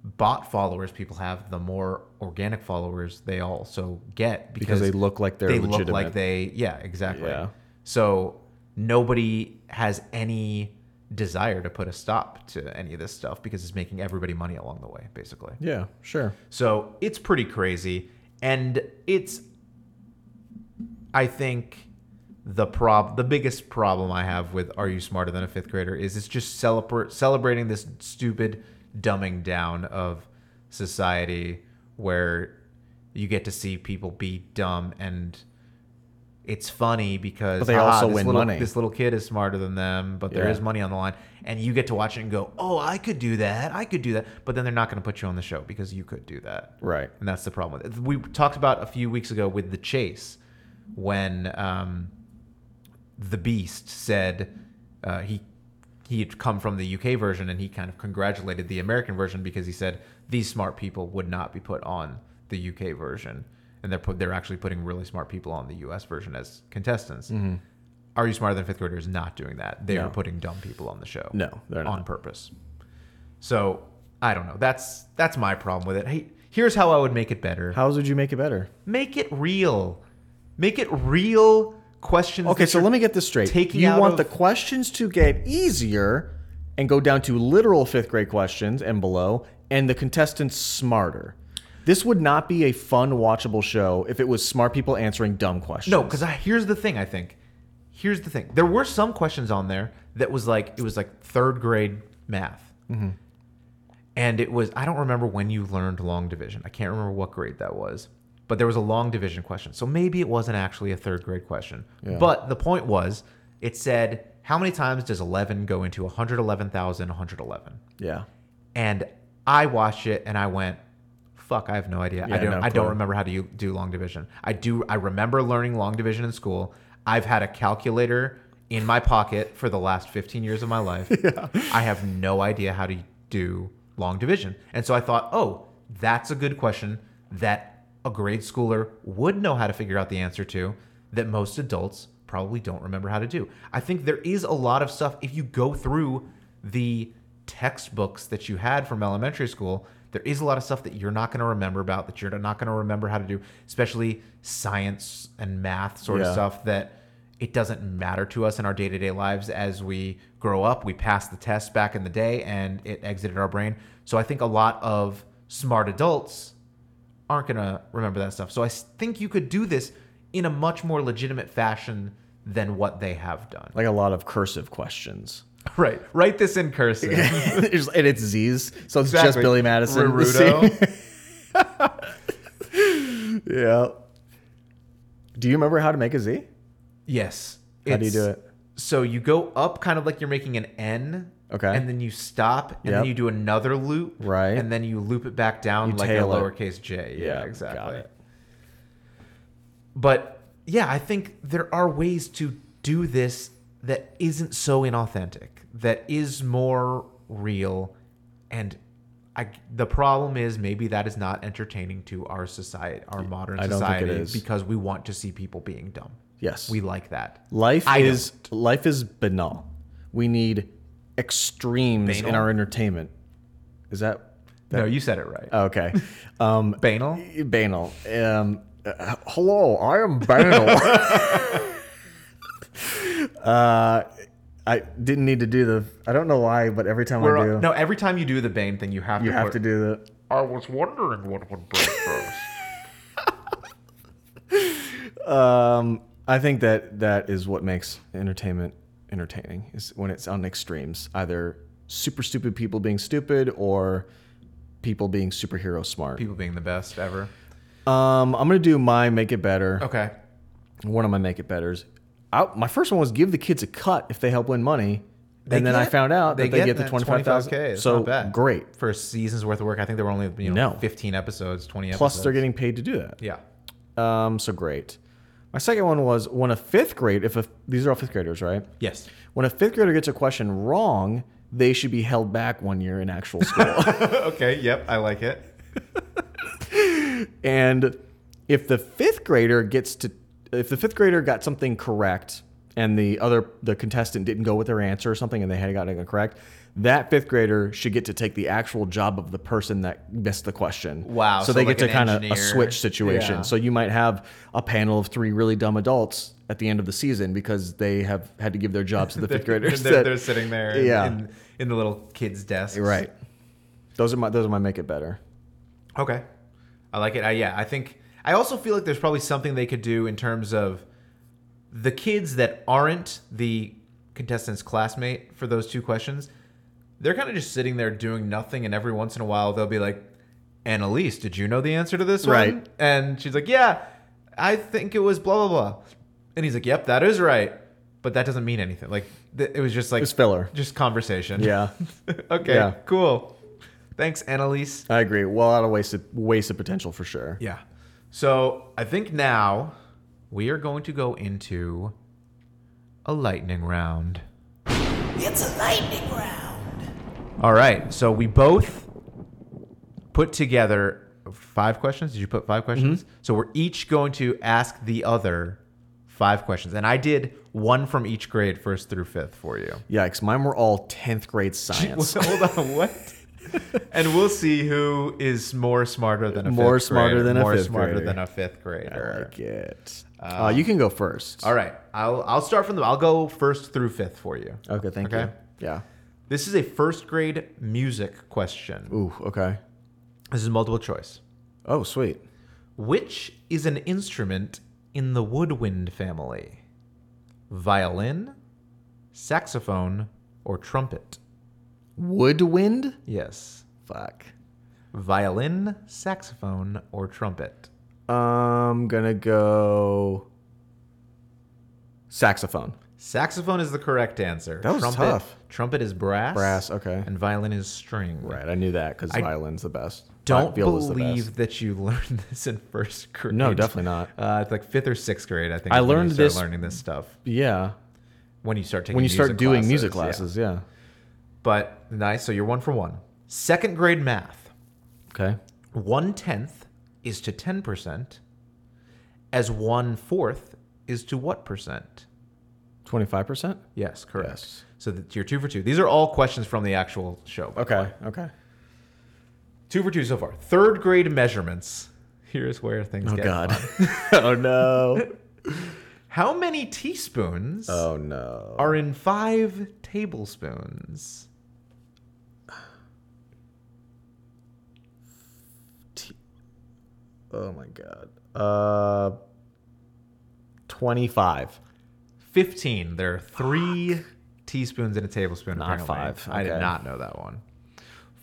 B: bot followers people have the more organic followers they also get
C: Because they look like they're
B: they
C: legitimate.
B: look like they yeah exactly
C: Yeah.
B: so nobody has any desire to put a stop to any of this stuff because it's making everybody money along the way basically
C: yeah. Sure.
B: so it's pretty crazy and it's i think the prob the biggest problem i have with are you smarter than a fifth grader is it's just celebra- celebrating this stupid dumbing down of society where you get to see people be dumb and it's funny because
C: But they
B: "Ah,
C: also
B: this
C: win
B: little-
C: money."
B: This little kid is smarter than them, but there
C: Yeah.
B: is money on the line, and you get to watch it and go, "Oh, I could do that. I could do that." But then they're not going to put you on the show because you could do that,
C: Right.
B: and that's the problem. with it. We talked about a few weeks ago with the chase when um, the Beast said uh, he he had come from the UK version and he kind of congratulated the American version because he said these smart people would not be put on the UK version and they're put, they're actually putting really smart people on the US version as contestants. Are you smarter than fifth graders? Not doing that. They
C: Mm-hmm. No.
B: are putting dumb people on the show.
C: No, they're
B: on
C: not.
B: purpose. So I don't know. That's that's my problem with it. Hey, here's how I would make it better.
C: How would you make it better?
B: Make it real. Make it real questions.
C: Okay,
B: that
C: so
B: you're
C: let me get this straight.
B: taking
C: you
B: out
C: want
B: of-
C: the questions to get easier and go down to literal fifth grade questions and below, and the contestants smarter. This would not be a fun, watchable show if it was smart people answering dumb questions.
B: No, because here's the thing. I think here's the thing. There were some questions on there that was like it was like third grade math, and it was I don't remember when you learned long division. I can't remember what grade that was, but there was a long division question. So maybe it wasn't actually a third grade question. But the point was, it said how many times does eleven go into one hundred eleven thousand one hundred eleven?
C: Yeah.
B: and I watched it and I went, "Fuck, I have no idea.
C: Yeah,
B: I don't.
C: no
B: I don't
C: clue.
B: remember how to u- do long division. I do. I remember learning long division in school. I've had a calculator in my pocket for the last 15 years of my life. I have no idea how to do long division. And so I thought, oh, that's a good question that a grade schooler would know how to figure out the answer to that most adults probably don't remember how to do. I think there is a lot of stuff if you go through the textbooks that you had from elementary school, there is a lot of stuff that you're not going to remember about that you're not going to remember how to do, especially science and math sort
C: Yeah.
B: of stuff that it doesn't matter to us in our day-to-day lives as we grow up. We passed the test back in the day and it exited our brain. So I think a lot of smart adults aren't going to remember that stuff. So I s- think you could do this in a much more legitimate fashion than what they have done.
C: Like a lot of cursive questions.
B: Right. Write this in cursive.
C: It's- and it's Z's, so it's just
B: Exactly.
C: Billy Madison.
B: Rudo.
C: yeah. Do you remember how to make a Z?
B: yes.
C: How do you
B: It's-
C: do it?
B: So you go up kind of like you're making an N.
C: Okay.
B: And then you stop and
C: Yep.
B: then you do another loop.
C: Right.
B: And then you loop it back down
C: You
B: like a
C: tail it.
B: lowercase j. Yeah,
C: got
B: exactly.
C: it.
B: But yeah, I think there are ways to do this that isn't so inauthentic, that is more real. And I, the problem is maybe that is not entertaining to our society, our modern
C: I don't think it
B: society,
C: is.
B: because we want to see people being dumb.
C: Yes.
B: We like that.
C: Life
B: I
C: is life is banal. We need extremes in
B: Banal?
C: our entertainment. Is that oh,
B: no, you said it right.
C: okay? Um,
B: Banal?
C: banal. Um, uh, hello, I am banal. uh, I didn't need to do the. I don't know why, but every time I
B: We're-
C: do,
B: uh, No, every time you do the Bane thing, you have
C: you
B: to
C: have
B: put-
C: to do the.
D: I was wondering what would break first.
C: Um, I think that that is what makes entertainment entertaining is when it's on extremes, either super stupid people being stupid or people being superhero smart.
B: people being the best ever.
C: Um, I'm gonna do my make it better.
B: Okay.
C: One of my make it betters. I, my first one was give the kids a cut if they help win money,
B: They
C: and then I
B: get-
C: found out that they get the
B: that
C: twenty five
B: 25K.
C: thousand.
B: It's
C: So
B: not bad.
C: great.
B: for a season's worth of work. I think there were only you know
C: No.
B: 15 episodes, 20
C: Plus,
B: episodes.
C: they're getting paid to do that.
B: yeah.
C: Um, so great. My second one was when a fifth grade, if a, these are all fifth graders, right?
B: Yes.
C: When a fifth grader gets a question wrong, they should be held back one year in actual school.
B: okay. Yep. I like it.
C: and if the fifth grader gets to, if the fifth grader got something correct and the other, the contestant didn't go with their answer or something and they hadn't gotten it correct, that fifth grader should get to take the actual job of the person that missed the question.
B: Wow,
C: So,
B: so
C: they
B: like
C: get to
B: an
C: kind of a
B: engineer.
C: switch situation.
B: Yeah.
C: So you might have a panel of three really dumb adults at the end of the season because they have had to give their jobs to the fifth graders.
B: They're,
C: that-
B: they're sitting there in-
C: Yeah.
B: in, in the little kids' desks.
C: Right. Those are my those are my make it better.
B: Okay. I like it. I, yeah. I think, I also feel like there's probably something they could do in terms of the kids that aren't the contestant's classmate for those two questions. They're kind of just sitting there doing nothing. And every once in a while, they'll be like, Annalise, did you know the answer to this
C: Right.
B: one? And she's like, Yeah, I think it was blah, blah, blah. And he's like, Yep, that is right. But that doesn't mean anything. Like, th- it was just like,
C: It's filler.
B: just conversation.
C: Yeah,
B: okay,
C: Yeah.
B: cool. Thanks, Annalise.
C: I agree. Well, out of waste of, waste of potential for sure.
B: Yeah. So I think now we are going to go into a lightning round.
E: It's a lightning round.
B: All right. So we both put together five questions. Did you put five questions? So we're each going to ask the other five questions. And I did one from each grade, first through fifth, for you.
C: Yikes! Mine were all tenth grade science.
B: Hold on. What? and we'll see who is more smarter than a
C: More
B: fifth
C: smarter
B: grader,
C: than a
B: more
C: fifth
B: smarter
C: grader.
B: than a fifth grader.
C: I like it. uh, you can go first.
B: Um, All right, I'll I'll start from the I'll go first through fifth for you.
C: Okay. Thank
B: Okay.
C: you. Yeah.
B: This is a first grade music question.
C: Ooh. Okay.
B: This is multiple choice.
C: Oh, sweet.
B: Which is an instrument in the woodwind family? Violin, saxophone, or trumpet?
C: Woodwind?
B: Yes.
C: Fuck.
B: Violin, saxophone, or trumpet?
C: I'm gonna go saxophone.
B: Saxophone is the correct answer.
C: That was
B: trumpet,
C: tough.
B: Trumpet is brass.
C: Brass, okay.
B: And violin is string.
C: Right, I knew that because violin's the best.
B: Don't
C: Viola's the best.
B: believe that you learned this in first grade.
C: No, definitely not.
B: Uh, it's like fifth or sixth grade, I think.
C: I
B: is when you
C: learned
B: start
C: this-
B: learning this stuff
C: Yeah,
B: when you start taking
C: when you start
B: music
C: doing
B: classes,
C: music
B: yeah.
C: classes, yeah.
B: But nice. So you're one for one. Second grade math.
C: Okay.
B: One tenth is to ten percent, as one fourth is to what percent?
C: Twenty-five percent.
B: Yes, correct.
C: Yes.
B: So that you're two for two. These are all questions from the actual show. by the way.
C: Okay. Okay.
B: Two for two so far. Third grade measurements. Here's where things
C: Oh
B: get
C: God.
B: fun.
C: oh no.
B: How many teaspoons
C: Oh no.
B: are in five tablespoons?
C: Oh my God. Uh, twenty-five.
B: 15. There are three teaspoons in a tablespoon.
C: Not
B: apparently.
C: five.
B: I did
C: Okay.
B: not know that one.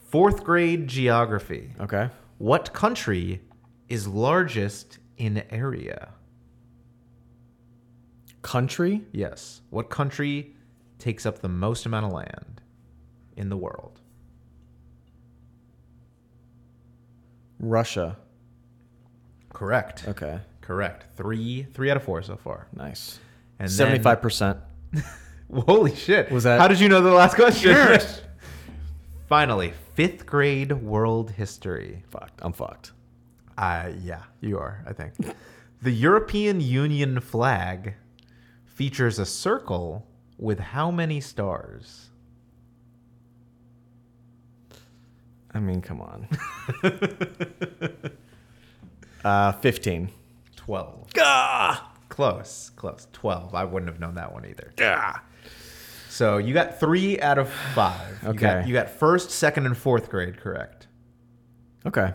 B: Fourth grade geography.
C: Okay.
B: What country is largest in area?
C: Country.
B: Yes. What country takes up the most amount of land in the world?
C: Russia.
B: Correct.
C: Okay.
B: Correct. Three three out of four so far.
C: Nice.
B: And then-
C: Seventy-five percent.
B: Holy shit.
C: Was that-
B: How did you know the last question? Finally, fifth grade world history.
C: Fucked. I'm fucked.
B: Uh, yeah, you are, I think. the European Union flag features a circle with how many stars?
C: I mean, come on. uh, fifteen.
B: 12. Close, close. 12. I wouldn't have known that one either. So you got three out of five. You got,
C: Okay.
B: you got first, second, and fourth grade correct.
C: Okay.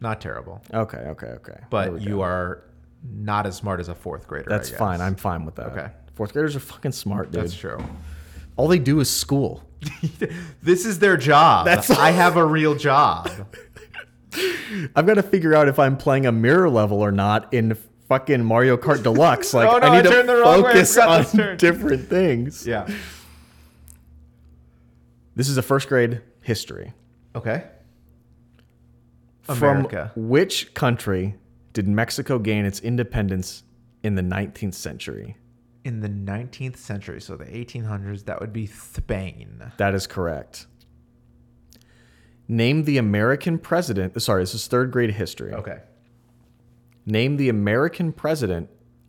B: Not terrible.
C: Okay. Okay. Okay. There we
B: But
C: go.
B: you are not as smart as a fourth grader. I
C: That's fine.
B: guess.
C: I'm fine with that.
B: Okay.
C: Fourth graders are fucking smart, dude.
B: That's true.
C: All they do is school.
B: This is their job.
C: That's-
B: I have a real job.
C: I've got to figure out if I'm playing a mirror level or not in fucking Mario Kart Deluxe. Like,
B: Oh, no,
C: I
B: I
C: need to
B: turned the wrong way. I
C: focus
B: forgot
C: on
B: this turn.
C: different things.
B: Yeah.
C: This is a first grade history.
B: Okay. America.
C: From which country did Mexico gain its independence in the 19th century?
B: In the 19th century, so the 1800s, that would be Spain.
C: That is correct. Name the American president. Sorry, this is third grade history.
B: Okay.
C: Name the American president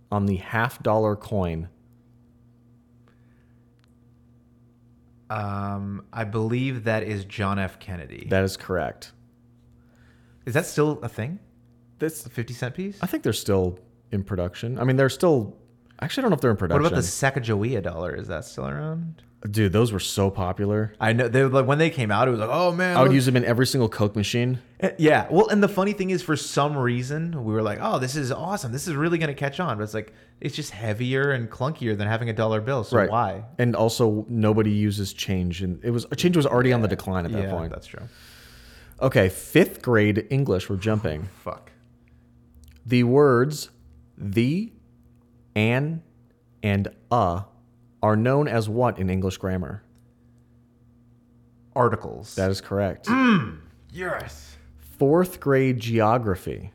C: on the half dollar coin.
B: Um, I believe that is John F. Kennedy.
C: That is correct.
B: Is that still a thing?
C: That's
B: The 50 cent piece?
C: I think they're still in production. I mean, they're still. Actually, I don't know if they're in
B: What
C: production.
B: about the Sacagawea dollar? Is that still around?
C: Dude, those were so popular.
B: I know they were like when they came out, it was like, oh man.
C: I would
B: look-
C: use them in every single Coke machine.
B: Eh, Yeah. Well, and the funny thing is, for some reason, we were like, oh, this is awesome. This is really going to catch on. But it's like, it's just heavier and clunkier than having a dollar bill. So
C: Right.
B: why?
C: And also, nobody uses change. And it was change was already on the decline at that
B: yeah,
C: point.
B: that's true.
C: Okay, fifth grade English. We're jumping.
B: Fuck.
C: The words the, an, and a are known as what in English grammar?
B: Articles.
C: That is correct.
B: yes.
C: Fourth grade geography.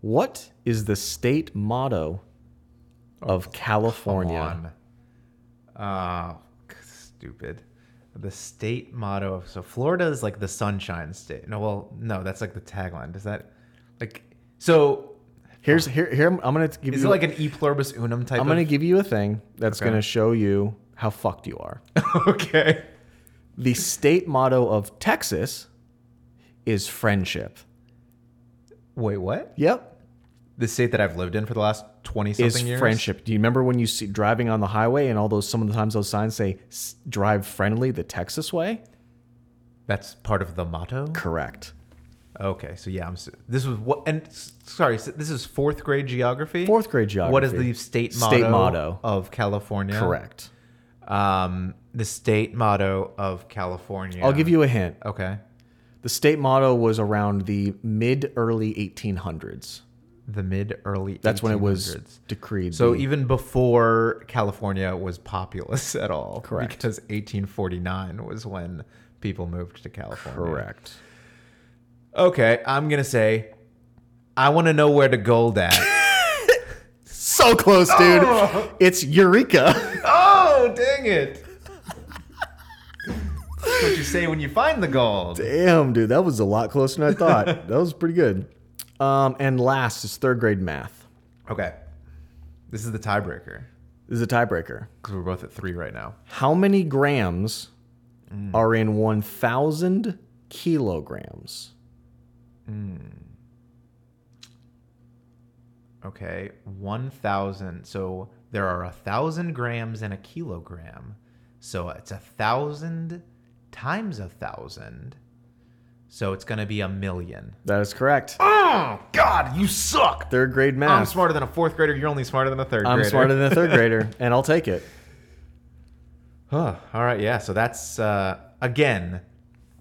C: What is the state motto
B: Oh,
C: of California?
B: One. Uh, stupid. The state motto of so Florida is like the sunshine state. No, well, no, that's like the tagline. Does that like so?
C: Here's here here. I'm gonna give
B: Is
C: you.
B: it like an e pluribus unum type?
C: I'm gonna
B: of,
C: give you a thing that's
B: Okay.
C: gonna show you how fucked you are.
B: okay.
C: the state motto of Texas is friendship.
B: Wait, what?
C: Yep.
B: The state that I've lived in for the last twenty
C: Is
B: something years.
C: friendship. Do you remember when you see driving on the highway and all those some of the times those signs say "S- drive friendly the Texas way?
B: That's part of the motto.
C: Correct.
B: Okay, so yeah, I'm. s- This was what? And s- sorry, so this is fourth grade geography.
C: Fourth grade
B: What is
C: geography.
B: the state motto?
C: State motto.
B: of California.
C: Correct.
B: Um, the state motto of California.
C: I'll give you a hint.
B: Okay.
C: The state motto was around the mid early 1800s.
B: The mid early.
C: That's when it was
B: 1800s.
C: decreed.
B: So
C: the-
B: even before California was populous at all,
C: Correct.
B: Because 1849 was when people moved to California.
C: correct.
B: Okay, I'm gonna say, I want to know where to gold at.
C: So close, dude. It's Eureka.
B: oh, dang it! That's what you say when you find the gold.
C: Damn, dude, that was a lot closer than I thought. that was pretty good. Um, and last is third grade math.
B: Okay, this is the tiebreaker
C: This is a tiebreaker.
B: because we're both at three right now.
C: How many grams
B: Mm.
C: are in 1,000 kilograms?
B: Okay, one thousand. So there are a thousand grams and a kilogram. So it's a thousand times a thousand. So it's gonna be a million.
C: That is correct.
B: Oh God, you suck.
C: Third grade math.
B: I'm smarter than a fourth grader. You're only smarter than a 3rd
C: I'm
B: grader.
C: smarter than a third grader, and I'll take it.
B: Huh. All right. Yeah. So that's uh, again,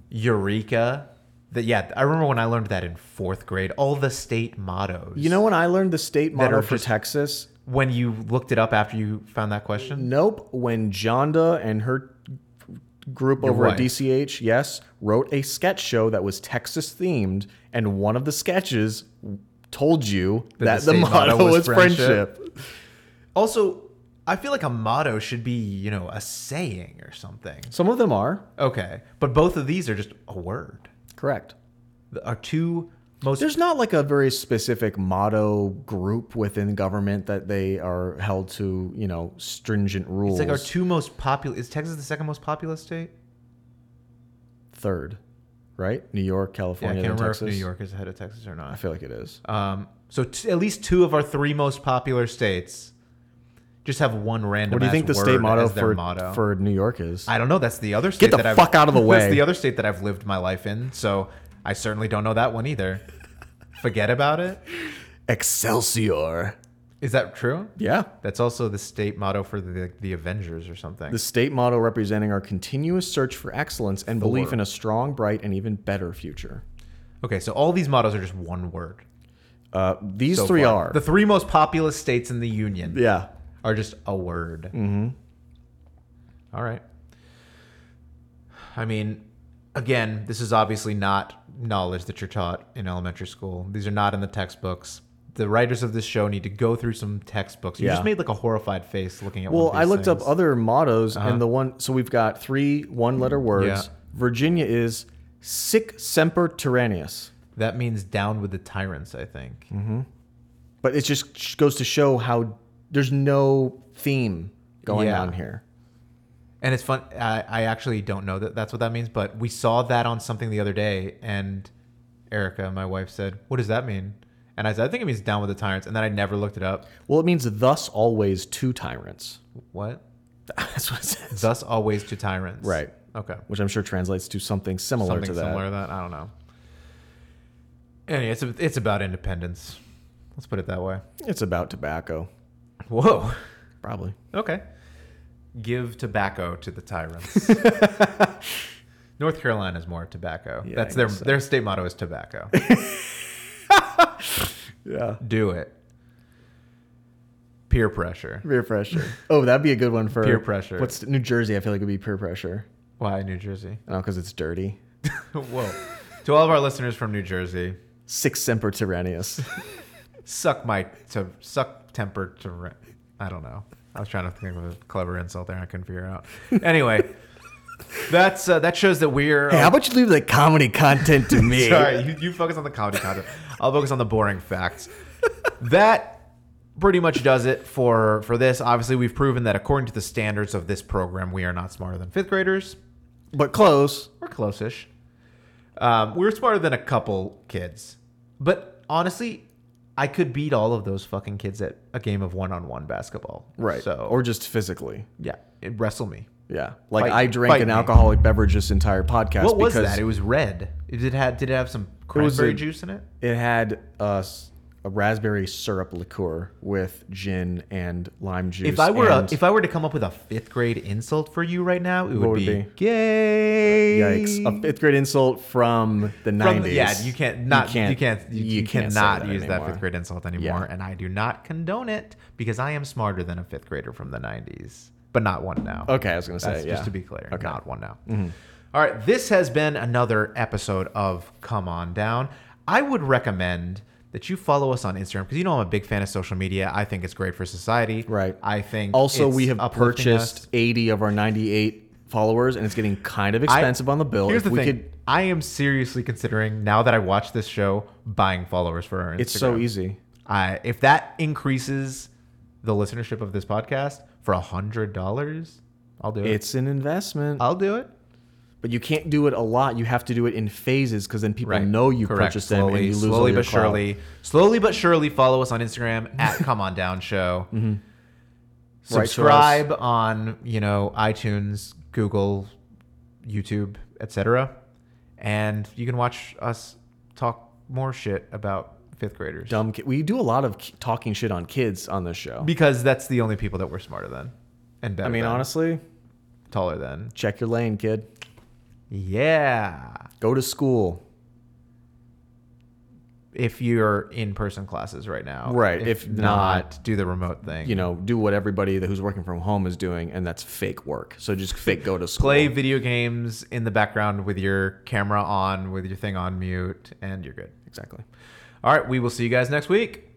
B: Eureka. That yeah. I remember when I learned that in fourth grade. All the state mottos.
C: You know when I learned the state motto
B: are
C: for
B: just-
C: Texas?
B: when you looked it up after you found that question.
C: Nope. When Jonda and her group over
B: wife.
C: at DCH, yes, wrote a sketch show that was Texas themed, and one of the sketches told you
B: That
C: that
B: the
C: the,
B: state
C: motto was,
B: friendship.
C: friendship.
B: Also, I feel like a motto should be you know a saying or something.
C: Some of them are
B: Okay, but both of these are just a word.
C: correct.
B: The- Our two most
C: There's not like a very specific motto group within government that they are held to, you know, stringent rules.
B: it's like our two most popular. Is Texas the second most populous state?
C: third, right? New York,
B: Yeah, I
C: California,
B: can't
C: then
B: remember
C: Texas.
B: if New York is ahead of Texas or not.
C: I feel like it is.
B: Um, so t- at least two of our three most popular states just have one random.
C: What do you think
B: ass
C: the state
B: word
C: motto
B: as their
C: for
B: motto.
C: for New York is?
B: I don't know. That's the other state.
C: the
B: that I've,
C: fuck out of the way.
B: That's the other state that I've lived my life in. So I certainly don't know that one either. Forget about it.
C: Excelsior.
B: Is that true?
C: Yeah.
B: That's also the state motto for the the Avengers or something.
C: The state motto representing our continuous search for excellence and belief in a strong, bright, and even better future.
B: okay, so all these mottos are just one word.
C: Uh, these
B: so
C: three
B: far.
C: are.
B: the three most populous states in the union.
C: yeah.
B: are just a word. Mm-hmm. right. I mean, again, this is obviously not knowledge that you're taught in elementary school. These are not in the textbooks. The writers of this show need to go through some textbooks. You
C: Yeah.
B: just made like a horrified face looking at.
C: Well,
B: one of these
C: I looked
B: things. Uh-huh.
C: up other mottos, and the one. So we've got three one letter words.
B: Mm, Yeah.
C: Virginia is sic semper tyrannius.
B: That means down with the tyrants. I think.
C: But it just sh- goes to show how there's no theme going
B: Yeah.
C: on here.
B: And it's fun. I, I actually don't know that that's what that means, but we saw that on something the other day, and Erica, my wife, said, "What does that mean?" And I said, "I think it means down with the tyrants." And then I never looked it up.
C: Well, it means thus always to tyrants.
B: What?
C: That's what it says.
B: Thus always to tyrants.
C: Right.
B: Okay.
C: Which I'm sure translates to something similar
B: Something
C: to that.
B: similar to that. I don't know. Anyway, it's it's about independence. Let's put it that way.
C: It's about tobacco,
B: Whoa.
C: probably.
B: Okay. Give tobacco to the tyrants. North Carolina is more tobacco.
C: Yeah,
B: That's
C: I
B: their
C: guess so.
B: their state motto is tobacco.
C: Yeah.
B: Do it. Peer pressure.
C: Peer pressure. Oh, that'd be a good one for
B: Peer pressure.
C: What's New Jersey? I feel like it'd be peer pressure.
B: Why New Jersey?
C: Oh, because it's dirty.
B: Whoa. to all of our listeners from New Jersey,
C: Six semper tyrannius.
B: suck my to suck temper to re- I don't know. I was trying to think of a clever insult there. I couldn't figure it out. Anyway, that's uh, that shows that we're.
C: hey, how about you leave the comedy content to me?
B: sorry, you, you focus on the comedy content. I'll focus on the boring facts. That pretty much does it for for this. Obviously, we've proven that according to the standards of this program, we are not smarter than fifth graders.
C: But close.
B: We're close-ish. Um, we're smarter than a couple kids, but honestly, I could beat all of those fucking kids at a game of one-on-one basketball.
C: Right.
B: So,
C: Or just physically.
B: yeah, it wrestle me.
C: Yeah.
B: Fight-
C: Like I drank
B: fight
C: an
B: me.
C: alcoholic beverage this entire podcast
B: What was
C: because
B: that? It was red. It did it had did it have some
C: was
B: Cranberry
C: a-
B: juice in it?
C: It had a, s- a raspberry syrup liqueur with gin and lime juice.
B: If I were a,
C: and-
B: if I were to come up with a fifth grade insult for you right now, it would,
C: would it
B: be,
C: be?
B: gay.
C: yikes, a fifth grade insult from the nineties.
B: Yeah, you can't not you can't you, you cannot use that fifth grade insult anymore,
C: Yeah.
B: and I do not condone it because I am smarter than a fifth grader from the '90s, but not one now.
C: Okay, I was gonna say
B: That's
C: yeah.
B: just to be clear,
C: Okay. Mm-hmm.
B: not one now. All right, this has been another episode of Come On Down. I would recommend that you follow us on Instagram because you know I'm a big fan of social media. I think it's great for society.
C: Right.
B: I think
C: Also,
B: it's
C: we have
B: uplifting us.
C: purchased eighty of our ninety-eight followers, and it's getting kind of
B: I-
C: expensive on the bill.
B: Here's
C: If
B: the
C: we
B: thing:
C: could-
B: I am seriously considering now that I watch this show buying followers for our Instagram.
C: it's so easy.
B: I, if that increases the listenership of this podcast for a hundred dollars, I'll do it.
C: It's an investment,
B: I'll do it.
C: but you can't do it a lot. You have to do it in phases because then people know you
B: Correct.
C: purchased them,
B: slowly,
C: and you lose all
B: slowly
C: your
B: but
C: clout.
B: surely. Slowly but surely, follow us on Instagram at Come On Down
C: Mm-hmm.
B: Show. Subscribe on you know iTunes, Google, YouTube, etc. And you can watch us talk more shit about fifth graders
C: Dumb. Ki- we do a lot of ki- talking shit on kids on this show.
B: because that's the only people that we're smarter than and better.
C: I mean,
B: than,
C: honestly,
B: taller than.
C: check your lane, kid.
B: Yeah.
C: Go to school.
B: if you're in person classes right now.
C: Right,
B: If,
C: if
B: not, do the remote thing.
C: you know, do what everybody that who's working from home is doing, and that's fake work. So just fake go to school.
B: play video games in the background with your camera on, with your thing on mute, and you're good.
C: Exactly.
B: All right, we will see you guys next week.